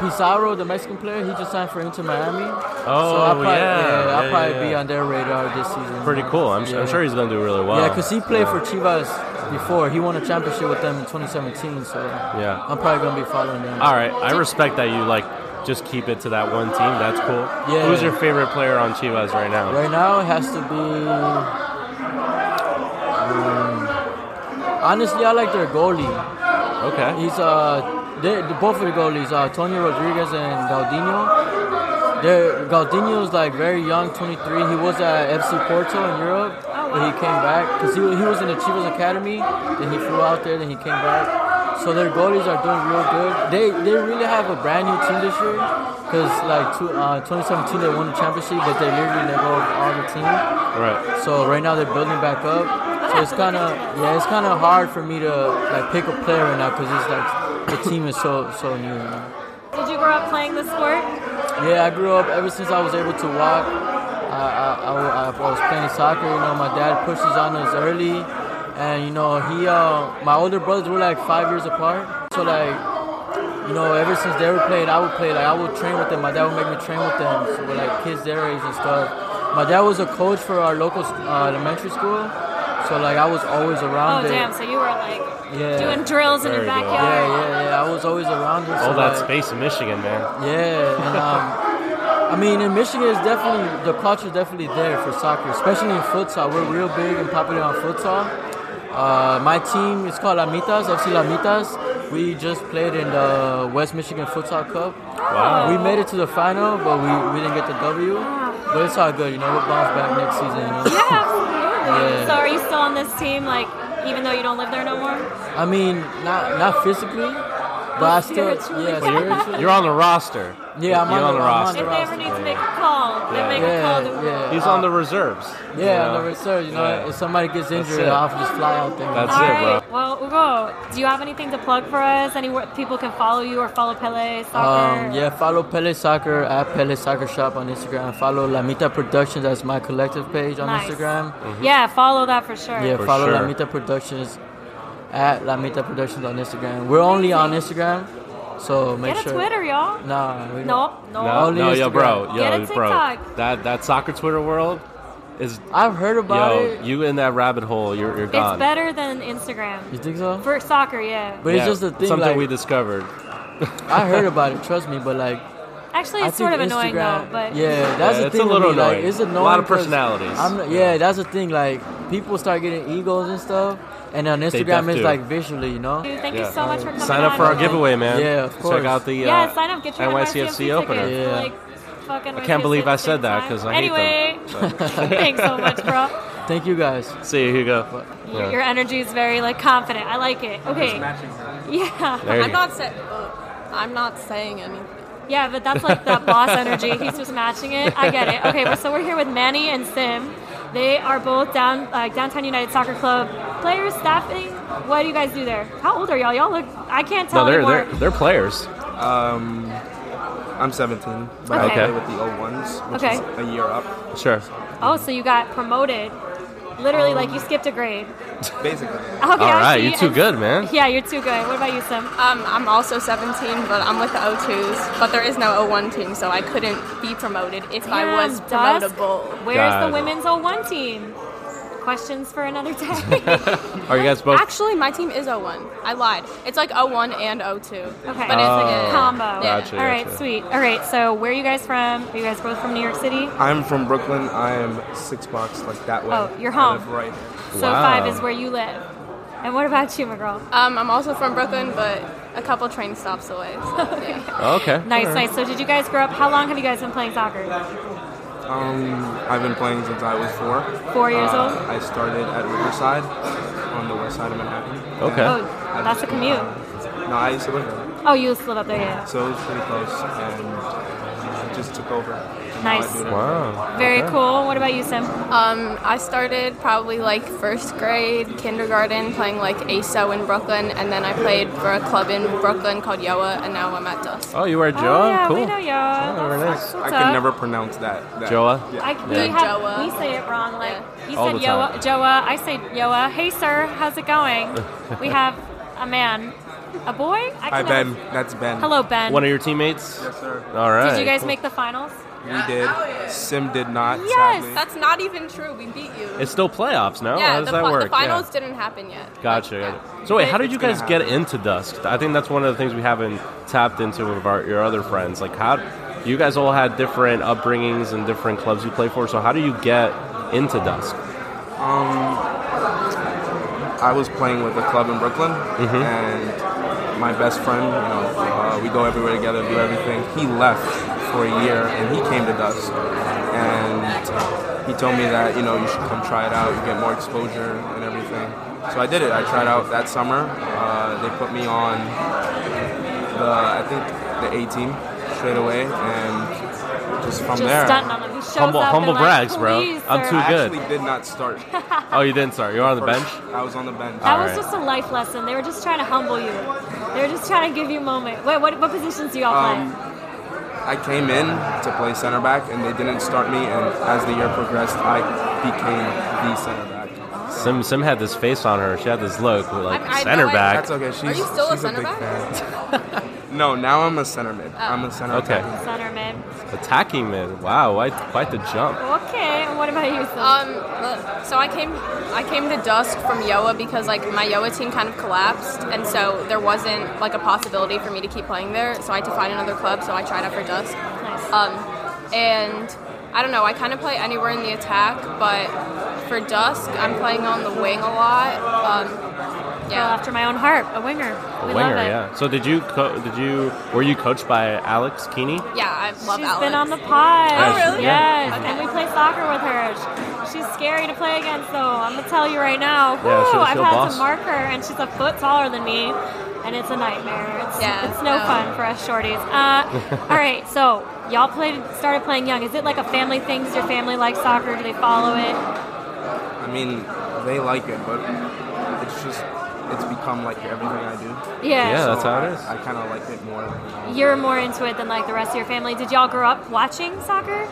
[SPEAKER 8] Pizarro, the Mexican player, he just signed for Inter Miami. so
[SPEAKER 1] Oh,
[SPEAKER 8] I'll probably,
[SPEAKER 1] yeah,
[SPEAKER 8] I'll
[SPEAKER 1] yeah,
[SPEAKER 8] probably
[SPEAKER 1] yeah.
[SPEAKER 8] be on their radar this season.
[SPEAKER 1] Pretty cool. I'm,
[SPEAKER 8] Yeah.
[SPEAKER 1] I'm sure he's gonna do really well.
[SPEAKER 8] Yeah, because he played for Chivas before. He won a championship with them in 2017, so
[SPEAKER 1] Yeah.
[SPEAKER 8] I'm probably gonna be following them.
[SPEAKER 1] All right, I respect that you like just keep it to that one team. That's cool.
[SPEAKER 8] Yeah.
[SPEAKER 1] Who's your favorite player on Chivas right now?
[SPEAKER 8] Right now, it has to be. Um, honestly, I like their goalie.
[SPEAKER 1] Okay.
[SPEAKER 8] He's uh, they, the- both of the goalies, uh, Tony Rodriguez and Galdino. They're, Galdino's like very young, 23. He was at FC Porto in Europe, but he came back because he, he was in the Chivas academy. Then he flew out there, then he came back. So their goalies are doing real good. They they really have a brand new team this year because like two, uh, 2017 they won the championship, but they literally let go of all the team.
[SPEAKER 1] Right.
[SPEAKER 8] So right now they're building back up. So it's kind of yeah, it's kind of hard for me to like pick a player right now because it's like the team is so so new. you know.
[SPEAKER 2] Did you grow up playing this sport?
[SPEAKER 8] Yeah, I grew up ever since I was able to walk. I I, I, I was playing soccer. You know, my dad pushes on us early, and you know he uh, my older brothers were like five years apart. So like. You know, ever since they were playing, I would play. Like I would train with them. My dad would make me train with them. So we're like kids their age and stuff. My dad was a coach for our local uh, elementary school, so like I was always
[SPEAKER 2] Oh,
[SPEAKER 8] around it.
[SPEAKER 2] damn. So you were like
[SPEAKER 8] Yeah.
[SPEAKER 2] doing drills in your
[SPEAKER 1] Very good.
[SPEAKER 8] Yeah,
[SPEAKER 2] backyard.
[SPEAKER 8] yeah, yeah. I was always around it.
[SPEAKER 1] All
[SPEAKER 8] so,
[SPEAKER 1] that
[SPEAKER 8] like,
[SPEAKER 1] space in Michigan, man.
[SPEAKER 8] Yeah, and um, I mean, in Michigan, it's definitely the culture is definitely there for soccer, especially in futsal. We're real big and popular on futsal. Uh, my team is called Lamitas, FC Lamitas. We just played in the West Michigan Futsal Cup.
[SPEAKER 1] Wow.
[SPEAKER 8] We made it to the final, but we, we didn't get the W. But it's all good, you know. We'll bounce back next season, you know.
[SPEAKER 2] Yeah, absolutely.
[SPEAKER 8] Yeah.
[SPEAKER 2] So are you still on this team, like, even though you don't live there no more?
[SPEAKER 8] I mean, not not physically, but I still,
[SPEAKER 2] Spiritually.
[SPEAKER 8] yeah,
[SPEAKER 2] Well, you're-
[SPEAKER 8] spiritually.
[SPEAKER 1] You're on the roster.
[SPEAKER 8] Yeah, I'm
[SPEAKER 1] You're on
[SPEAKER 8] on, the,
[SPEAKER 1] the
[SPEAKER 8] I'm on
[SPEAKER 1] roster.
[SPEAKER 8] the
[SPEAKER 2] If they ever
[SPEAKER 8] roster.
[SPEAKER 2] need to make a call, they
[SPEAKER 1] Yeah.
[SPEAKER 2] make a call.
[SPEAKER 8] Yeah,
[SPEAKER 2] to-
[SPEAKER 8] yeah.
[SPEAKER 1] He's on the reserves. you
[SPEAKER 8] Yeah,
[SPEAKER 1] know?
[SPEAKER 8] on the reserve. You know,
[SPEAKER 1] Yeah.
[SPEAKER 8] if somebody gets injured,
[SPEAKER 1] it.
[SPEAKER 8] I'll just fly out there.
[SPEAKER 1] That's
[SPEAKER 2] All
[SPEAKER 1] it, bro.
[SPEAKER 2] right. Well, Ugo, do you have anything to plug for us? Anywhere people can follow you or follow Pele soccer?
[SPEAKER 8] Um, yeah, follow Pele Soccer at Pele Soccer Shop on Instagram. Follow Lamita Productions as my collective page on
[SPEAKER 2] Nice.
[SPEAKER 8] Instagram.
[SPEAKER 2] Yeah, follow that for sure.
[SPEAKER 8] Mm-hmm. Yeah,
[SPEAKER 1] For
[SPEAKER 8] follow
[SPEAKER 1] sure.
[SPEAKER 8] Lamita Productions at Lamita Productions on Instagram. We're only on Instagram, so make
[SPEAKER 2] Get a
[SPEAKER 8] sure.
[SPEAKER 2] Twitter, y'all.
[SPEAKER 8] Nah, we
[SPEAKER 2] Nope, nope.
[SPEAKER 1] No,
[SPEAKER 8] Only
[SPEAKER 1] no, yo,
[SPEAKER 8] Instagram.
[SPEAKER 1] bro,
[SPEAKER 2] Get
[SPEAKER 1] yo,
[SPEAKER 2] a
[SPEAKER 1] bro.
[SPEAKER 2] TikTok.
[SPEAKER 1] That that soccer Twitter world is
[SPEAKER 8] I've heard about
[SPEAKER 1] yo.
[SPEAKER 8] it.
[SPEAKER 1] You in that rabbit hole, you're you're
[SPEAKER 2] It's
[SPEAKER 1] gone.
[SPEAKER 2] better than
[SPEAKER 8] You
[SPEAKER 2] Instagram.
[SPEAKER 8] think so?
[SPEAKER 2] For soccer, yeah.
[SPEAKER 8] but
[SPEAKER 1] Yeah,
[SPEAKER 8] it's just the thing.
[SPEAKER 1] Something
[SPEAKER 8] Like,
[SPEAKER 1] we discovered.
[SPEAKER 8] I heard about it. Trust me, but like,
[SPEAKER 2] Actually,
[SPEAKER 8] I
[SPEAKER 2] it's sort of
[SPEAKER 8] think
[SPEAKER 2] annoying, though. But
[SPEAKER 8] yeah,
[SPEAKER 1] Yeah,
[SPEAKER 8] that's the
[SPEAKER 1] it's a
[SPEAKER 8] thing. with
[SPEAKER 1] little
[SPEAKER 8] me, like,
[SPEAKER 1] annoying.
[SPEAKER 8] it's
[SPEAKER 1] A lot of
[SPEAKER 8] annoying. 'cause
[SPEAKER 1] personalities.
[SPEAKER 8] I'm not- yeah, that's the thing. Like people start getting egos and stuff, and on Instagram
[SPEAKER 1] def
[SPEAKER 8] it's
[SPEAKER 1] do.
[SPEAKER 8] like visually, you know.
[SPEAKER 2] Dude, thank
[SPEAKER 1] Yeah.
[SPEAKER 2] you so much for coming
[SPEAKER 1] Sign up
[SPEAKER 2] on.
[SPEAKER 1] for our giveaway, uh, man.
[SPEAKER 8] Yeah, of course.
[SPEAKER 1] Check out the uh,
[SPEAKER 2] Yeah, sign up. Get your
[SPEAKER 1] NYCFC opener.
[SPEAKER 2] tickets.
[SPEAKER 8] Yeah.
[SPEAKER 2] Like, fucking
[SPEAKER 1] I can't believe I said that, 'cause I hate them.
[SPEAKER 2] Anyway, thanks so much, bro.
[SPEAKER 8] Thank you guys.
[SPEAKER 1] See you, Hugo.
[SPEAKER 2] Your-
[SPEAKER 1] Yeah.
[SPEAKER 2] Your energy is very like confident. I like it. Okay. Yeah.
[SPEAKER 1] There you
[SPEAKER 9] I'm
[SPEAKER 1] go.
[SPEAKER 9] not saying. I'm not saying anything.
[SPEAKER 2] Yeah, but that's like that boss energy. He's just matching it. I get it. Okay, but so we're here with Manny and Sim. They are both down like downtown United Soccer Club players, staffing. What do you guys do there? How old are y'all? Y'all look. I can't tell
[SPEAKER 1] No, they're
[SPEAKER 2] anymore.
[SPEAKER 1] they're they're players.
[SPEAKER 10] I'm 17, but
[SPEAKER 2] Okay.
[SPEAKER 10] I play with the old ones, which
[SPEAKER 2] Okay.
[SPEAKER 10] is a year up,
[SPEAKER 1] Sure.
[SPEAKER 2] Oh, so you got promoted. Literally, like you skipped a grade.
[SPEAKER 10] basically.
[SPEAKER 2] Okay,
[SPEAKER 1] All
[SPEAKER 2] I
[SPEAKER 1] right,
[SPEAKER 2] see.
[SPEAKER 1] you're too
[SPEAKER 2] And-
[SPEAKER 1] good, man.
[SPEAKER 2] Yeah, you're too good. What about you, Sim?
[SPEAKER 6] Um, I'm also 17, but I'm with the O2s. But there is no O1 team, so I couldn't be promoted if I
[SPEAKER 2] Damn,
[SPEAKER 6] was
[SPEAKER 2] Dusk.
[SPEAKER 6] promotable.
[SPEAKER 2] Where's
[SPEAKER 1] God.
[SPEAKER 2] the women's 01 team? Questions for another day.
[SPEAKER 1] Are you guys both?
[SPEAKER 6] Actually, my team is O1. I lied. It's like O1 and O2.
[SPEAKER 2] Okay.
[SPEAKER 6] But it's like a
[SPEAKER 2] Uh, Combo.
[SPEAKER 1] Gotcha,
[SPEAKER 2] All right,
[SPEAKER 1] gotcha.
[SPEAKER 2] sweet. All right, so where are you guys from? Are you guys both from New York City?
[SPEAKER 10] I'm from Brooklyn. I am six blocks like that way.
[SPEAKER 2] Oh, you're
[SPEAKER 10] I
[SPEAKER 2] home.
[SPEAKER 10] live right here.
[SPEAKER 2] So
[SPEAKER 1] Wow.
[SPEAKER 2] five is where you live. And what about you, McGraw?
[SPEAKER 6] Um, I'm also from Brooklyn, but a couple train stops away. So, yeah.
[SPEAKER 1] Oh, okay.
[SPEAKER 2] Nice, nice. So did you guys grow up? How long have you guys been playing soccer?
[SPEAKER 10] Um, I've been playing since I was four.
[SPEAKER 2] Four years
[SPEAKER 10] Uh,
[SPEAKER 2] old.
[SPEAKER 10] I started at Riverside on the west side of Manhattan.
[SPEAKER 1] Okay.
[SPEAKER 2] Oh,
[SPEAKER 10] I
[SPEAKER 2] that's
[SPEAKER 10] just-
[SPEAKER 2] a commute.
[SPEAKER 10] No, I used to live there,
[SPEAKER 2] Oh, you still live up there, yeah.
[SPEAKER 10] so uh, it was pretty close. And just took over. And now I
[SPEAKER 2] Nice.
[SPEAKER 10] do it every day.
[SPEAKER 2] Very cool. What about you, Sim?
[SPEAKER 6] Um, I started probably like first grade, kindergarten, playing like ASO in Brooklyn, and then I played for a club in Brooklyn called Yoa, and now I'm at Dusk.
[SPEAKER 1] Oh, you are Joa?
[SPEAKER 2] Oh, yeah, we
[SPEAKER 1] cool.
[SPEAKER 2] know y'all.
[SPEAKER 1] Oh, very nice.
[SPEAKER 10] I can never pronounce that. that
[SPEAKER 1] Joa?
[SPEAKER 10] Yeah.
[SPEAKER 2] I, we,
[SPEAKER 6] Yeah.
[SPEAKER 2] have,
[SPEAKER 6] Joa.
[SPEAKER 2] we say it wrong. Like he
[SPEAKER 1] All
[SPEAKER 2] said,
[SPEAKER 1] the
[SPEAKER 2] Yoa,
[SPEAKER 1] time.
[SPEAKER 2] Joa. I say Yoa. Hey, sir, how's it going? we have a man, a boy. I
[SPEAKER 10] Hi
[SPEAKER 2] can
[SPEAKER 10] Ben,
[SPEAKER 2] never-
[SPEAKER 10] that's Ben.
[SPEAKER 2] Hello, Ben.
[SPEAKER 1] One of your teammates?
[SPEAKER 10] Yes, sir.
[SPEAKER 1] All right.
[SPEAKER 2] Did you guys make the finals?
[SPEAKER 10] We did. Sim did not.
[SPEAKER 2] Yes.
[SPEAKER 10] sadly.
[SPEAKER 6] That's not even true. We beat you.
[SPEAKER 1] It's still playoffs, no?
[SPEAKER 6] yeah,
[SPEAKER 1] how does
[SPEAKER 6] the,
[SPEAKER 1] that
[SPEAKER 6] fi-
[SPEAKER 1] work?
[SPEAKER 6] the finals
[SPEAKER 1] Yeah.
[SPEAKER 6] didn't happen yet.
[SPEAKER 1] Gotcha.
[SPEAKER 6] Like,
[SPEAKER 1] gotcha. So wait, how did you
[SPEAKER 10] gonna
[SPEAKER 1] guys get into Dusk? I think that's one of the things we haven't tapped into with our, your other friends. Like how you guys all had different upbringings and different clubs you play for. So how do you get into Dusk?
[SPEAKER 10] I was playing with a club in Brooklyn,
[SPEAKER 1] Mm-hmm.
[SPEAKER 10] and my best friend, you know, uh, we go everywhere together, do everything. He left for a year, and he came to Dust, and he told me that you know you should come try it out, you get more exposure and everything. So I did it. I tried out that summer. Uh, they put me on the I think the A team straight away, and just from
[SPEAKER 2] Just
[SPEAKER 10] there.
[SPEAKER 2] stunting on them. He shows
[SPEAKER 1] Humble-
[SPEAKER 2] up and,
[SPEAKER 1] humble
[SPEAKER 2] like,
[SPEAKER 1] brags, bro.
[SPEAKER 2] "Please,
[SPEAKER 1] I'm
[SPEAKER 2] sir."
[SPEAKER 1] too
[SPEAKER 10] I
[SPEAKER 1] good.
[SPEAKER 10] actually did not start.
[SPEAKER 1] Oh, you didn't. Sorry, you're on the bench.
[SPEAKER 10] I was on the bench.
[SPEAKER 2] That was
[SPEAKER 1] Alright.
[SPEAKER 2] just a life lesson. They were just trying to humble you. They were just trying to give you a moment. Wait, what, what positions do y'all
[SPEAKER 10] Um, I came in to play center back, and they didn't start me. And as the year progressed, I became the center back.
[SPEAKER 1] Sim Sim had this face on her. She had this look with like
[SPEAKER 6] I- I know
[SPEAKER 1] center
[SPEAKER 6] it.
[SPEAKER 1] back.
[SPEAKER 10] That's okay. She's,
[SPEAKER 6] you still a
[SPEAKER 10] she's
[SPEAKER 6] center
[SPEAKER 10] big
[SPEAKER 6] back?
[SPEAKER 10] fan. no, now I'm a center mid. I'm a center.
[SPEAKER 1] Okay,
[SPEAKER 10] back.
[SPEAKER 2] play? Center mid.
[SPEAKER 1] attacking mid. Wow, quite, quite the jump.
[SPEAKER 2] Okay. and What about you, Sim?
[SPEAKER 6] Um, well, so I came, I came to Dusk from Yoa because like my Yoa team kind of collapsed, and so there wasn't like a possibility for me to keep playing there. So I had to find another club. So I tried out for Dusk.
[SPEAKER 2] Nice.
[SPEAKER 6] Um, and I don't know. I kind of play anywhere in the attack, but for Dusk, I'm playing on the wing a lot. Um,
[SPEAKER 2] Girl
[SPEAKER 6] yeah.
[SPEAKER 2] after my own heart, a winger.
[SPEAKER 1] A
[SPEAKER 2] we
[SPEAKER 1] winger,
[SPEAKER 2] love it.
[SPEAKER 1] yeah. So did you co- did you were you coached by Alex Keeney?
[SPEAKER 6] Yeah, I love
[SPEAKER 2] She's
[SPEAKER 6] Alex.
[SPEAKER 2] been on the pod.
[SPEAKER 1] Oh, really?
[SPEAKER 2] Yes.
[SPEAKER 1] Yeah.
[SPEAKER 2] And we play soccer with her. Sh- She's scary to play against, though. I'm gonna tell you right now.
[SPEAKER 1] Yeah,
[SPEAKER 2] Whew,
[SPEAKER 1] she'll-
[SPEAKER 2] I've
[SPEAKER 1] she'll
[SPEAKER 2] had
[SPEAKER 1] boss.
[SPEAKER 2] to mark her, and she's a foot taller than me, and it's a nightmare. It's,
[SPEAKER 6] Yeah,
[SPEAKER 2] it's no
[SPEAKER 6] no.
[SPEAKER 2] fun for us shorties. Uh, all right, so y'all played, started playing young. Is it like a family thing? Does your family like soccer? Do they follow it?
[SPEAKER 10] I mean, they like it, but it's just it's become like everything I do.
[SPEAKER 1] Yeah,
[SPEAKER 2] Yeah.
[SPEAKER 1] that's how it is.
[SPEAKER 10] I, kind of like it more. you know.
[SPEAKER 2] You're more into it than like the rest of your family. Did y'all grow up watching soccer?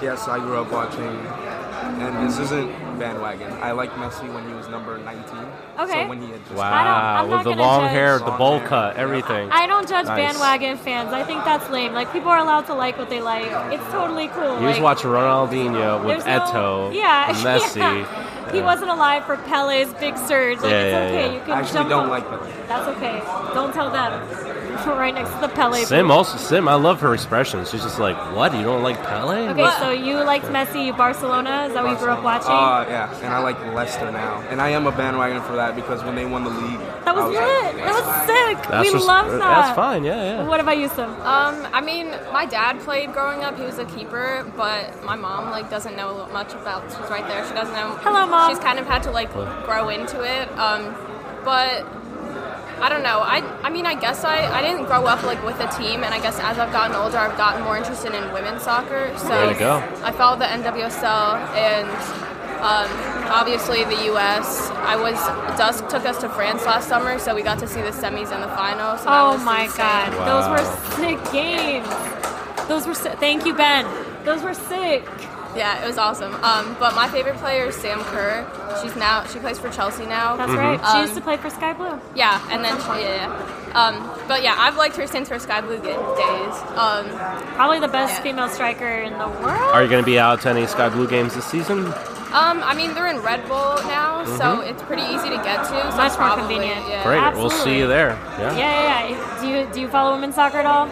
[SPEAKER 10] Yes, I grew up watching, and this isn't bandwagon. I like Messi when he was number 19.
[SPEAKER 2] Okay.
[SPEAKER 10] So when he had just
[SPEAKER 2] I
[SPEAKER 1] Wow,
[SPEAKER 2] don't- I'm
[SPEAKER 1] with
[SPEAKER 2] not
[SPEAKER 1] the
[SPEAKER 2] gonna
[SPEAKER 1] long
[SPEAKER 2] judge.
[SPEAKER 1] hair, the
[SPEAKER 10] Long
[SPEAKER 1] bowl
[SPEAKER 10] hair.
[SPEAKER 1] cut, everything.
[SPEAKER 2] I don't judge
[SPEAKER 1] Nice.
[SPEAKER 2] bandwagon fans. I think that's lame. Like people are allowed to like what they like. It's totally cool.
[SPEAKER 1] He was
[SPEAKER 2] like,
[SPEAKER 1] watching Ronaldinho with
[SPEAKER 2] there's
[SPEAKER 1] Eto,
[SPEAKER 2] yeah,
[SPEAKER 1] and Messi.
[SPEAKER 2] yeah. He wasn't alive for Pele's big surge. Like
[SPEAKER 1] Yeah,
[SPEAKER 2] it's
[SPEAKER 1] yeah,
[SPEAKER 2] okay.
[SPEAKER 1] yeah.
[SPEAKER 2] You can
[SPEAKER 10] I actually
[SPEAKER 2] jump.
[SPEAKER 10] don't
[SPEAKER 2] on-
[SPEAKER 10] like that.
[SPEAKER 2] That's okay. Don't tell them. We're right next to the Pele.
[SPEAKER 1] Sim also Sim, I love her expression. She's just like, "What? You don't like Pele?"
[SPEAKER 2] Okay, so you liked Messi, Barcelona. Is that what you grew up watching?
[SPEAKER 10] Uh, yeah, and I like Leicester now, and I am a bandwagon for that because when they won the league,
[SPEAKER 2] that was,
[SPEAKER 10] I was
[SPEAKER 2] lit.
[SPEAKER 10] like,
[SPEAKER 2] that was sick. we
[SPEAKER 1] just- uh,
[SPEAKER 2] love that.
[SPEAKER 1] That's fine. Yeah, yeah.
[SPEAKER 2] What about you, Sim?
[SPEAKER 6] Um, I mean, my dad played growing up. He was a keeper, but my mom like doesn't know much about. She's right there. She doesn't know.
[SPEAKER 2] Hello, Mom.
[SPEAKER 6] She's kind of had to like grow into it. Um, but I don't know. I I mean, I guess I I didn't grow up like with a team, and I guess as I've gotten older, I've gotten more interested in women's soccer. So
[SPEAKER 1] Way to go.
[SPEAKER 6] I followed the NWSL and. Um, obviously, the U.S. I was Dusk took us to France last summer, so we got to see the semis and the finals. So that
[SPEAKER 2] Oh
[SPEAKER 6] was
[SPEAKER 2] my
[SPEAKER 6] insane.
[SPEAKER 2] god,
[SPEAKER 1] Wow.
[SPEAKER 2] those were sick games. Those were sick. Thank you, Ben. Those were sick.
[SPEAKER 6] Yeah, it was awesome. Um, but my favorite player is Sam Kerr. She's now she plays for Chelsea now.
[SPEAKER 1] Mm-hmm.
[SPEAKER 2] That's right. She used
[SPEAKER 6] Um,
[SPEAKER 2] to play for Sky Blue.
[SPEAKER 6] Yeah, and then she, yeah, yeah. Um, but yeah, I've liked her since her Sky Blue ga- days. Um,
[SPEAKER 2] Probably the best
[SPEAKER 6] yeah.
[SPEAKER 2] female striker in the world.
[SPEAKER 1] Are you going to be out to any Sky Blue games this season?
[SPEAKER 6] um, I mean they're in Red Bull now, so it's pretty easy to get to. So
[SPEAKER 2] Much more
[SPEAKER 6] probably,
[SPEAKER 2] convenient.
[SPEAKER 6] Yeah.
[SPEAKER 1] Great. We'll see
[SPEAKER 2] Absolutely.
[SPEAKER 1] you there.
[SPEAKER 2] yeah,
[SPEAKER 1] Yeah.
[SPEAKER 2] yeah, yeah. Do you do you follow women's soccer at all?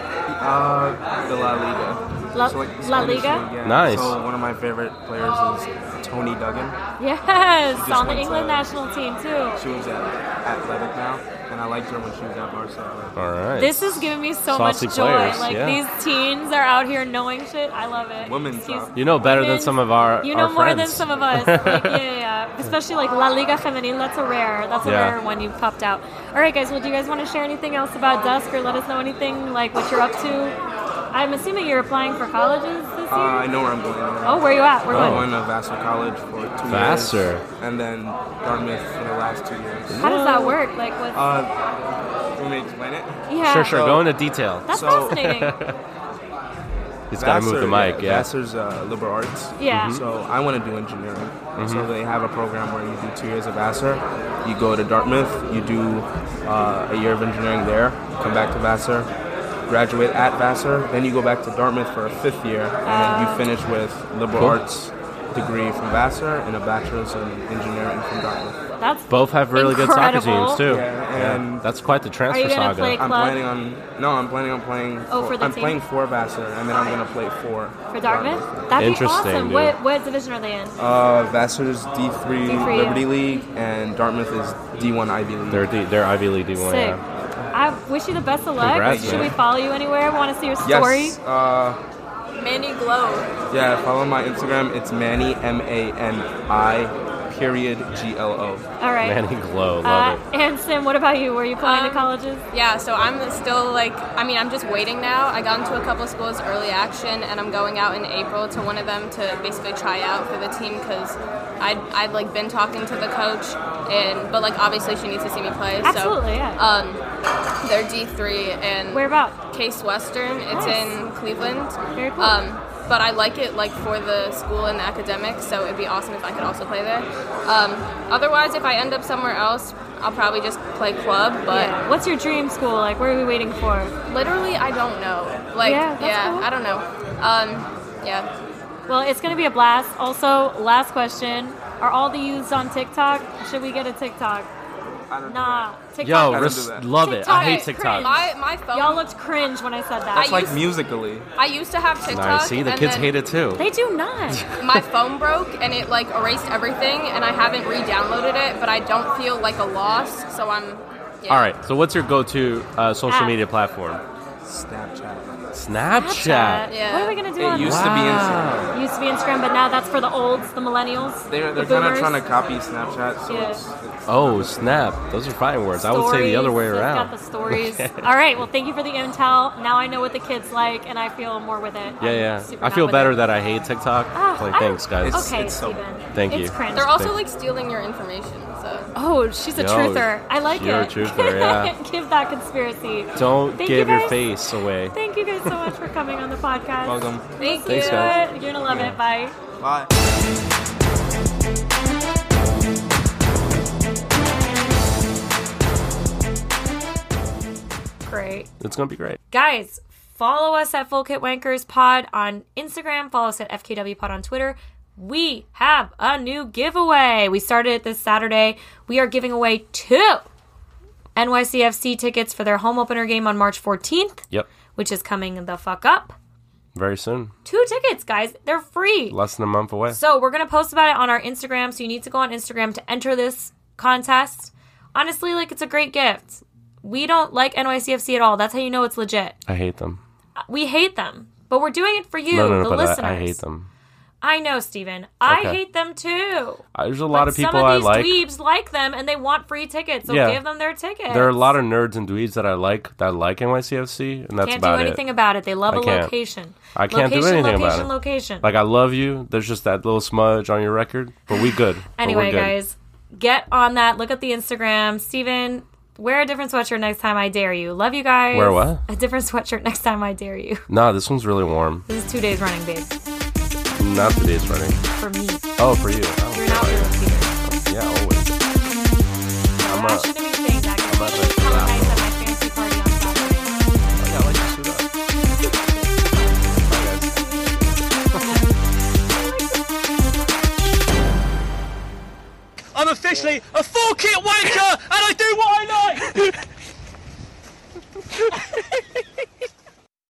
[SPEAKER 10] Uh, the La Liga.
[SPEAKER 2] La-
[SPEAKER 10] So, like, the
[SPEAKER 2] La
[SPEAKER 10] Spanish
[SPEAKER 2] Liga?
[SPEAKER 10] league, yeah.
[SPEAKER 1] Nice.
[SPEAKER 10] So one of my favorite players is Tony Duggan.
[SPEAKER 2] Yes,
[SPEAKER 10] just
[SPEAKER 2] on the
[SPEAKER 10] went to-
[SPEAKER 2] England national team too.
[SPEAKER 10] She was at Athletic now, and I liked her when she was at Barcelona.
[SPEAKER 1] All right.
[SPEAKER 2] This is giving me so
[SPEAKER 1] Saucy
[SPEAKER 2] much joy.
[SPEAKER 1] players,
[SPEAKER 2] like
[SPEAKER 1] yeah.
[SPEAKER 2] these teens are out here knowing shit. I love it.
[SPEAKER 10] Women's
[SPEAKER 2] Excuse-
[SPEAKER 10] soccer.
[SPEAKER 1] you know better than
[SPEAKER 2] women's-
[SPEAKER 1] some of our
[SPEAKER 2] You
[SPEAKER 1] our
[SPEAKER 2] know more than
[SPEAKER 1] friends.
[SPEAKER 2] some of us. Like, yeah, yeah, yeah. Especially like La Liga Femenil. That's a rare. That's a
[SPEAKER 1] Yeah.
[SPEAKER 2] rare one you popped out. All right, guys. Well, do you guys want to share anything else about Dusk or let us know anything like what you're up to? I'm assuming you're applying for colleges this year.
[SPEAKER 10] Uh, I know where I'm going.
[SPEAKER 2] oh, where you at? Where
[SPEAKER 10] I'm
[SPEAKER 2] going?
[SPEAKER 10] going to Vassar College for two
[SPEAKER 1] Vassar?
[SPEAKER 10] years. And then Dartmouth for the last two years.
[SPEAKER 2] How does that work? Like, what's
[SPEAKER 10] Uh, want me to explain it?
[SPEAKER 2] yeah?
[SPEAKER 1] Sure, sure.
[SPEAKER 10] So-
[SPEAKER 1] Go into detail.
[SPEAKER 2] That's
[SPEAKER 10] So-
[SPEAKER 2] fascinating.
[SPEAKER 1] He's got to move the mic. Yeah. Mm-hmm.
[SPEAKER 10] Vassar's uh, liberal arts.
[SPEAKER 2] Yeah. Mhm.
[SPEAKER 10] So I want to do engineering. So they have a program where you do two years of Vassar. You go to Dartmouth. You do uh, a year of engineering there. Come back to Vassar. Graduate at Vassar. Then you go back to Dartmouth for a fifth year, and you finish with liberal
[SPEAKER 1] Cool.
[SPEAKER 10] arts degree from Vassar and a bachelor's in engineering from Dartmouth.
[SPEAKER 2] That's
[SPEAKER 1] Both have really good soccer
[SPEAKER 2] Incredible.
[SPEAKER 1] teams too.
[SPEAKER 10] Yeah, and-
[SPEAKER 1] that's quite the
[SPEAKER 2] Are you
[SPEAKER 1] transfer
[SPEAKER 2] gonna
[SPEAKER 1] saga.
[SPEAKER 2] play
[SPEAKER 10] I'm
[SPEAKER 2] Club?
[SPEAKER 10] planning on no. I'm planning on playing.
[SPEAKER 2] Oh, for the
[SPEAKER 10] I'm
[SPEAKER 2] team?
[SPEAKER 10] playing for Vassar, and then I'm gonna play for
[SPEAKER 2] for Dartmouth. That'd be
[SPEAKER 1] Interesting,
[SPEAKER 2] awesome.
[SPEAKER 1] dude. Oh,
[SPEAKER 2] What what division are they in?
[SPEAKER 10] Uh, Vassar's D3,
[SPEAKER 2] D3,
[SPEAKER 10] Liberty
[SPEAKER 2] yeah.
[SPEAKER 10] League, and Dartmouth is D1 Ivy League.
[SPEAKER 1] They're D, they're Ivy League D1.
[SPEAKER 2] Sick.
[SPEAKER 1] Yeah.
[SPEAKER 2] I wish you the best of luck.
[SPEAKER 1] Congrats,
[SPEAKER 2] Should we
[SPEAKER 1] man.
[SPEAKER 2] follow you anywhere? Want to see your story?
[SPEAKER 10] yes. Uh,
[SPEAKER 6] Mandy Glow.
[SPEAKER 10] yeah, follow my Instagram. It's Manny, M A N I, period G L O.
[SPEAKER 2] All right.
[SPEAKER 1] Manny Glow,
[SPEAKER 2] Uh,
[SPEAKER 1] love it.
[SPEAKER 2] Anson, what about you? Were you applying to
[SPEAKER 6] Um,
[SPEAKER 2] colleges?
[SPEAKER 6] Yeah, so I'm still like, I mean, I'm just waiting now. I got into a couple schools early action, and I'm going out in April to one of them to basically try out for the team because I'd, I'd like been talking to the coach, and but like obviously she needs to see me play.
[SPEAKER 2] Absolutely, yeah.
[SPEAKER 6] So, um, they're D3 and
[SPEAKER 2] Where about?
[SPEAKER 6] Case Western. It's
[SPEAKER 2] Nice.
[SPEAKER 6] in Cleveland.
[SPEAKER 2] Very cool.
[SPEAKER 6] Um, but I like it like for the school and the academics, so it'd be awesome if I could also play there. Um, otherwise, if I end up somewhere else, I'll probably just play club. But
[SPEAKER 2] Yeah. What's your dream school? Like, what are we waiting for?
[SPEAKER 6] Literally, I don't know. Like,
[SPEAKER 2] Yeah,
[SPEAKER 6] yeah,
[SPEAKER 2] that's cool.
[SPEAKER 6] I don't know. Um, yeah.
[SPEAKER 2] Well, it's going to be a blast. Also, last question. Are all the youths on TikTok? Should we get a TikTok?
[SPEAKER 10] I don't
[SPEAKER 2] Nah. TikTok.
[SPEAKER 1] Yo,
[SPEAKER 10] do
[SPEAKER 1] res-
[SPEAKER 10] that.
[SPEAKER 1] love it. I hate
[SPEAKER 2] TikTok is
[SPEAKER 1] TikTok.
[SPEAKER 2] cringe.
[SPEAKER 6] My, my phone.
[SPEAKER 2] Y'all looked cringe when I said
[SPEAKER 6] I
[SPEAKER 2] that.
[SPEAKER 10] It's like
[SPEAKER 6] used-
[SPEAKER 10] musically.
[SPEAKER 6] I used to have TikTok.
[SPEAKER 1] Nice. See, the
[SPEAKER 6] and
[SPEAKER 1] kids
[SPEAKER 6] then
[SPEAKER 1] hate it too.
[SPEAKER 2] they do not.
[SPEAKER 6] My phone broke and it like erased everything, and I haven't re-downloaded it. But I don't feel like a loss, so I'm. Yeah.
[SPEAKER 1] All right. So, what's your go-to uh, social
[SPEAKER 2] App.
[SPEAKER 1] media platform?
[SPEAKER 10] Snapchat.
[SPEAKER 1] Snapchat.
[SPEAKER 6] Yeah.
[SPEAKER 2] What are we going to do
[SPEAKER 10] It
[SPEAKER 2] on
[SPEAKER 10] used to be Instagram.
[SPEAKER 2] It used to be Instagram, but now that's for the olds, the millennials.
[SPEAKER 10] They're,
[SPEAKER 2] the
[SPEAKER 10] they're kind of
[SPEAKER 2] boomers.
[SPEAKER 10] trying to copy Snapchat, so
[SPEAKER 2] Yeah.
[SPEAKER 10] it's, it's
[SPEAKER 1] Oh, snap. Those are fine words. I would say the other way
[SPEAKER 2] Stories. They've
[SPEAKER 1] around.
[SPEAKER 2] Got the stories. All right. Well, thank you for the intel. Now I know what the kids like, and I feel more with it.
[SPEAKER 1] Yeah,
[SPEAKER 2] I'm
[SPEAKER 1] yeah.
[SPEAKER 2] super
[SPEAKER 1] I
[SPEAKER 2] down
[SPEAKER 1] feel
[SPEAKER 2] with
[SPEAKER 1] better
[SPEAKER 2] it.
[SPEAKER 1] that I hate TikTok.
[SPEAKER 2] Ah,
[SPEAKER 1] like,
[SPEAKER 2] I-
[SPEAKER 1] thanks, guys.
[SPEAKER 10] It's-
[SPEAKER 2] Okay,
[SPEAKER 10] it's so-
[SPEAKER 2] Steven.
[SPEAKER 1] Thank
[SPEAKER 2] it's
[SPEAKER 1] you.
[SPEAKER 2] Cringe.
[SPEAKER 6] They're also like stealing your information, so.
[SPEAKER 2] oh, she's a
[SPEAKER 1] Yo,
[SPEAKER 2] truther. I like
[SPEAKER 1] you're a
[SPEAKER 2] it.
[SPEAKER 1] truther, yeah.
[SPEAKER 2] Give that conspiracy.
[SPEAKER 1] Don't
[SPEAKER 2] Thank you
[SPEAKER 1] give your
[SPEAKER 2] guys.
[SPEAKER 1] face away.
[SPEAKER 2] Thank you guys so much for coming on the podcast.
[SPEAKER 10] welcome.
[SPEAKER 6] Thank
[SPEAKER 1] Thanks,
[SPEAKER 6] you.
[SPEAKER 1] guys.
[SPEAKER 2] You're gonna love it. Bye.
[SPEAKER 10] Bye.
[SPEAKER 2] Great.
[SPEAKER 1] It's going to be great.
[SPEAKER 2] Guys, follow us at Full Kit Wankers Pod on Instagram. Follow us at FKW Pod on Twitter. We have a new giveaway. We started it this Saturday. We are giving away two NYCFC tickets for their home opener game on March 14th,
[SPEAKER 1] Yep.
[SPEAKER 2] which is coming the fuck up.
[SPEAKER 1] Very soon.
[SPEAKER 2] Two tickets, guys. They're free.
[SPEAKER 1] Less than a month away.
[SPEAKER 2] So we're gonna post about it on our Instagram. So you need to go on Instagram to enter this contest. Honestly, like it's a great gift. We don't like NYCFC at all. That's how you know it's legit.
[SPEAKER 1] I hate them.
[SPEAKER 2] We hate them, but we're doing it for you,
[SPEAKER 1] No, no, no.
[SPEAKER 2] the
[SPEAKER 1] But
[SPEAKER 2] listeners.
[SPEAKER 1] I, I hate them.
[SPEAKER 2] I know, Steven. I
[SPEAKER 1] Okay.
[SPEAKER 2] hate them too.
[SPEAKER 1] Uh, There's a lot
[SPEAKER 2] But
[SPEAKER 1] of people
[SPEAKER 2] Some of
[SPEAKER 1] I
[SPEAKER 2] these
[SPEAKER 1] like.
[SPEAKER 2] dweebs like them, and they want free tickets. So
[SPEAKER 1] Yeah.
[SPEAKER 2] give them their tickets.
[SPEAKER 1] There are a lot of nerds and dweebs that I like that like NYCFC, and that's
[SPEAKER 2] can't do
[SPEAKER 1] about
[SPEAKER 2] anything
[SPEAKER 1] it.
[SPEAKER 2] about it. They love
[SPEAKER 1] I
[SPEAKER 2] a
[SPEAKER 1] can't.
[SPEAKER 2] location.
[SPEAKER 1] I can't do
[SPEAKER 2] location,
[SPEAKER 1] anything
[SPEAKER 2] location,
[SPEAKER 1] about it.
[SPEAKER 2] Location,
[SPEAKER 1] Like I love you. There's just that little smudge on your record, but we good. But we're
[SPEAKER 2] Anyway,
[SPEAKER 1] good.
[SPEAKER 2] guys, get on that. Look at the Instagram. Steven, wear a different sweatshirt next time. I dare you. Love you guys.
[SPEAKER 1] Wear what?
[SPEAKER 2] A different sweatshirt next time. I dare you.
[SPEAKER 1] Nah, this one's really warm.
[SPEAKER 2] This is two days running, babe.
[SPEAKER 1] Not the days running.
[SPEAKER 2] For me,
[SPEAKER 1] Oh, for you. Oh,
[SPEAKER 2] you're not real, Steven.
[SPEAKER 1] yeah, always. I'm
[SPEAKER 2] I
[SPEAKER 1] uh,
[SPEAKER 2] shouldn't be saying that. 'cause
[SPEAKER 1] I'm a-
[SPEAKER 2] it's really kinda nice at my fancy party on Saturday.
[SPEAKER 1] yeah, I like to suit up. Bye, guys.
[SPEAKER 11] I'm officially a full kit wanker and I do what I like!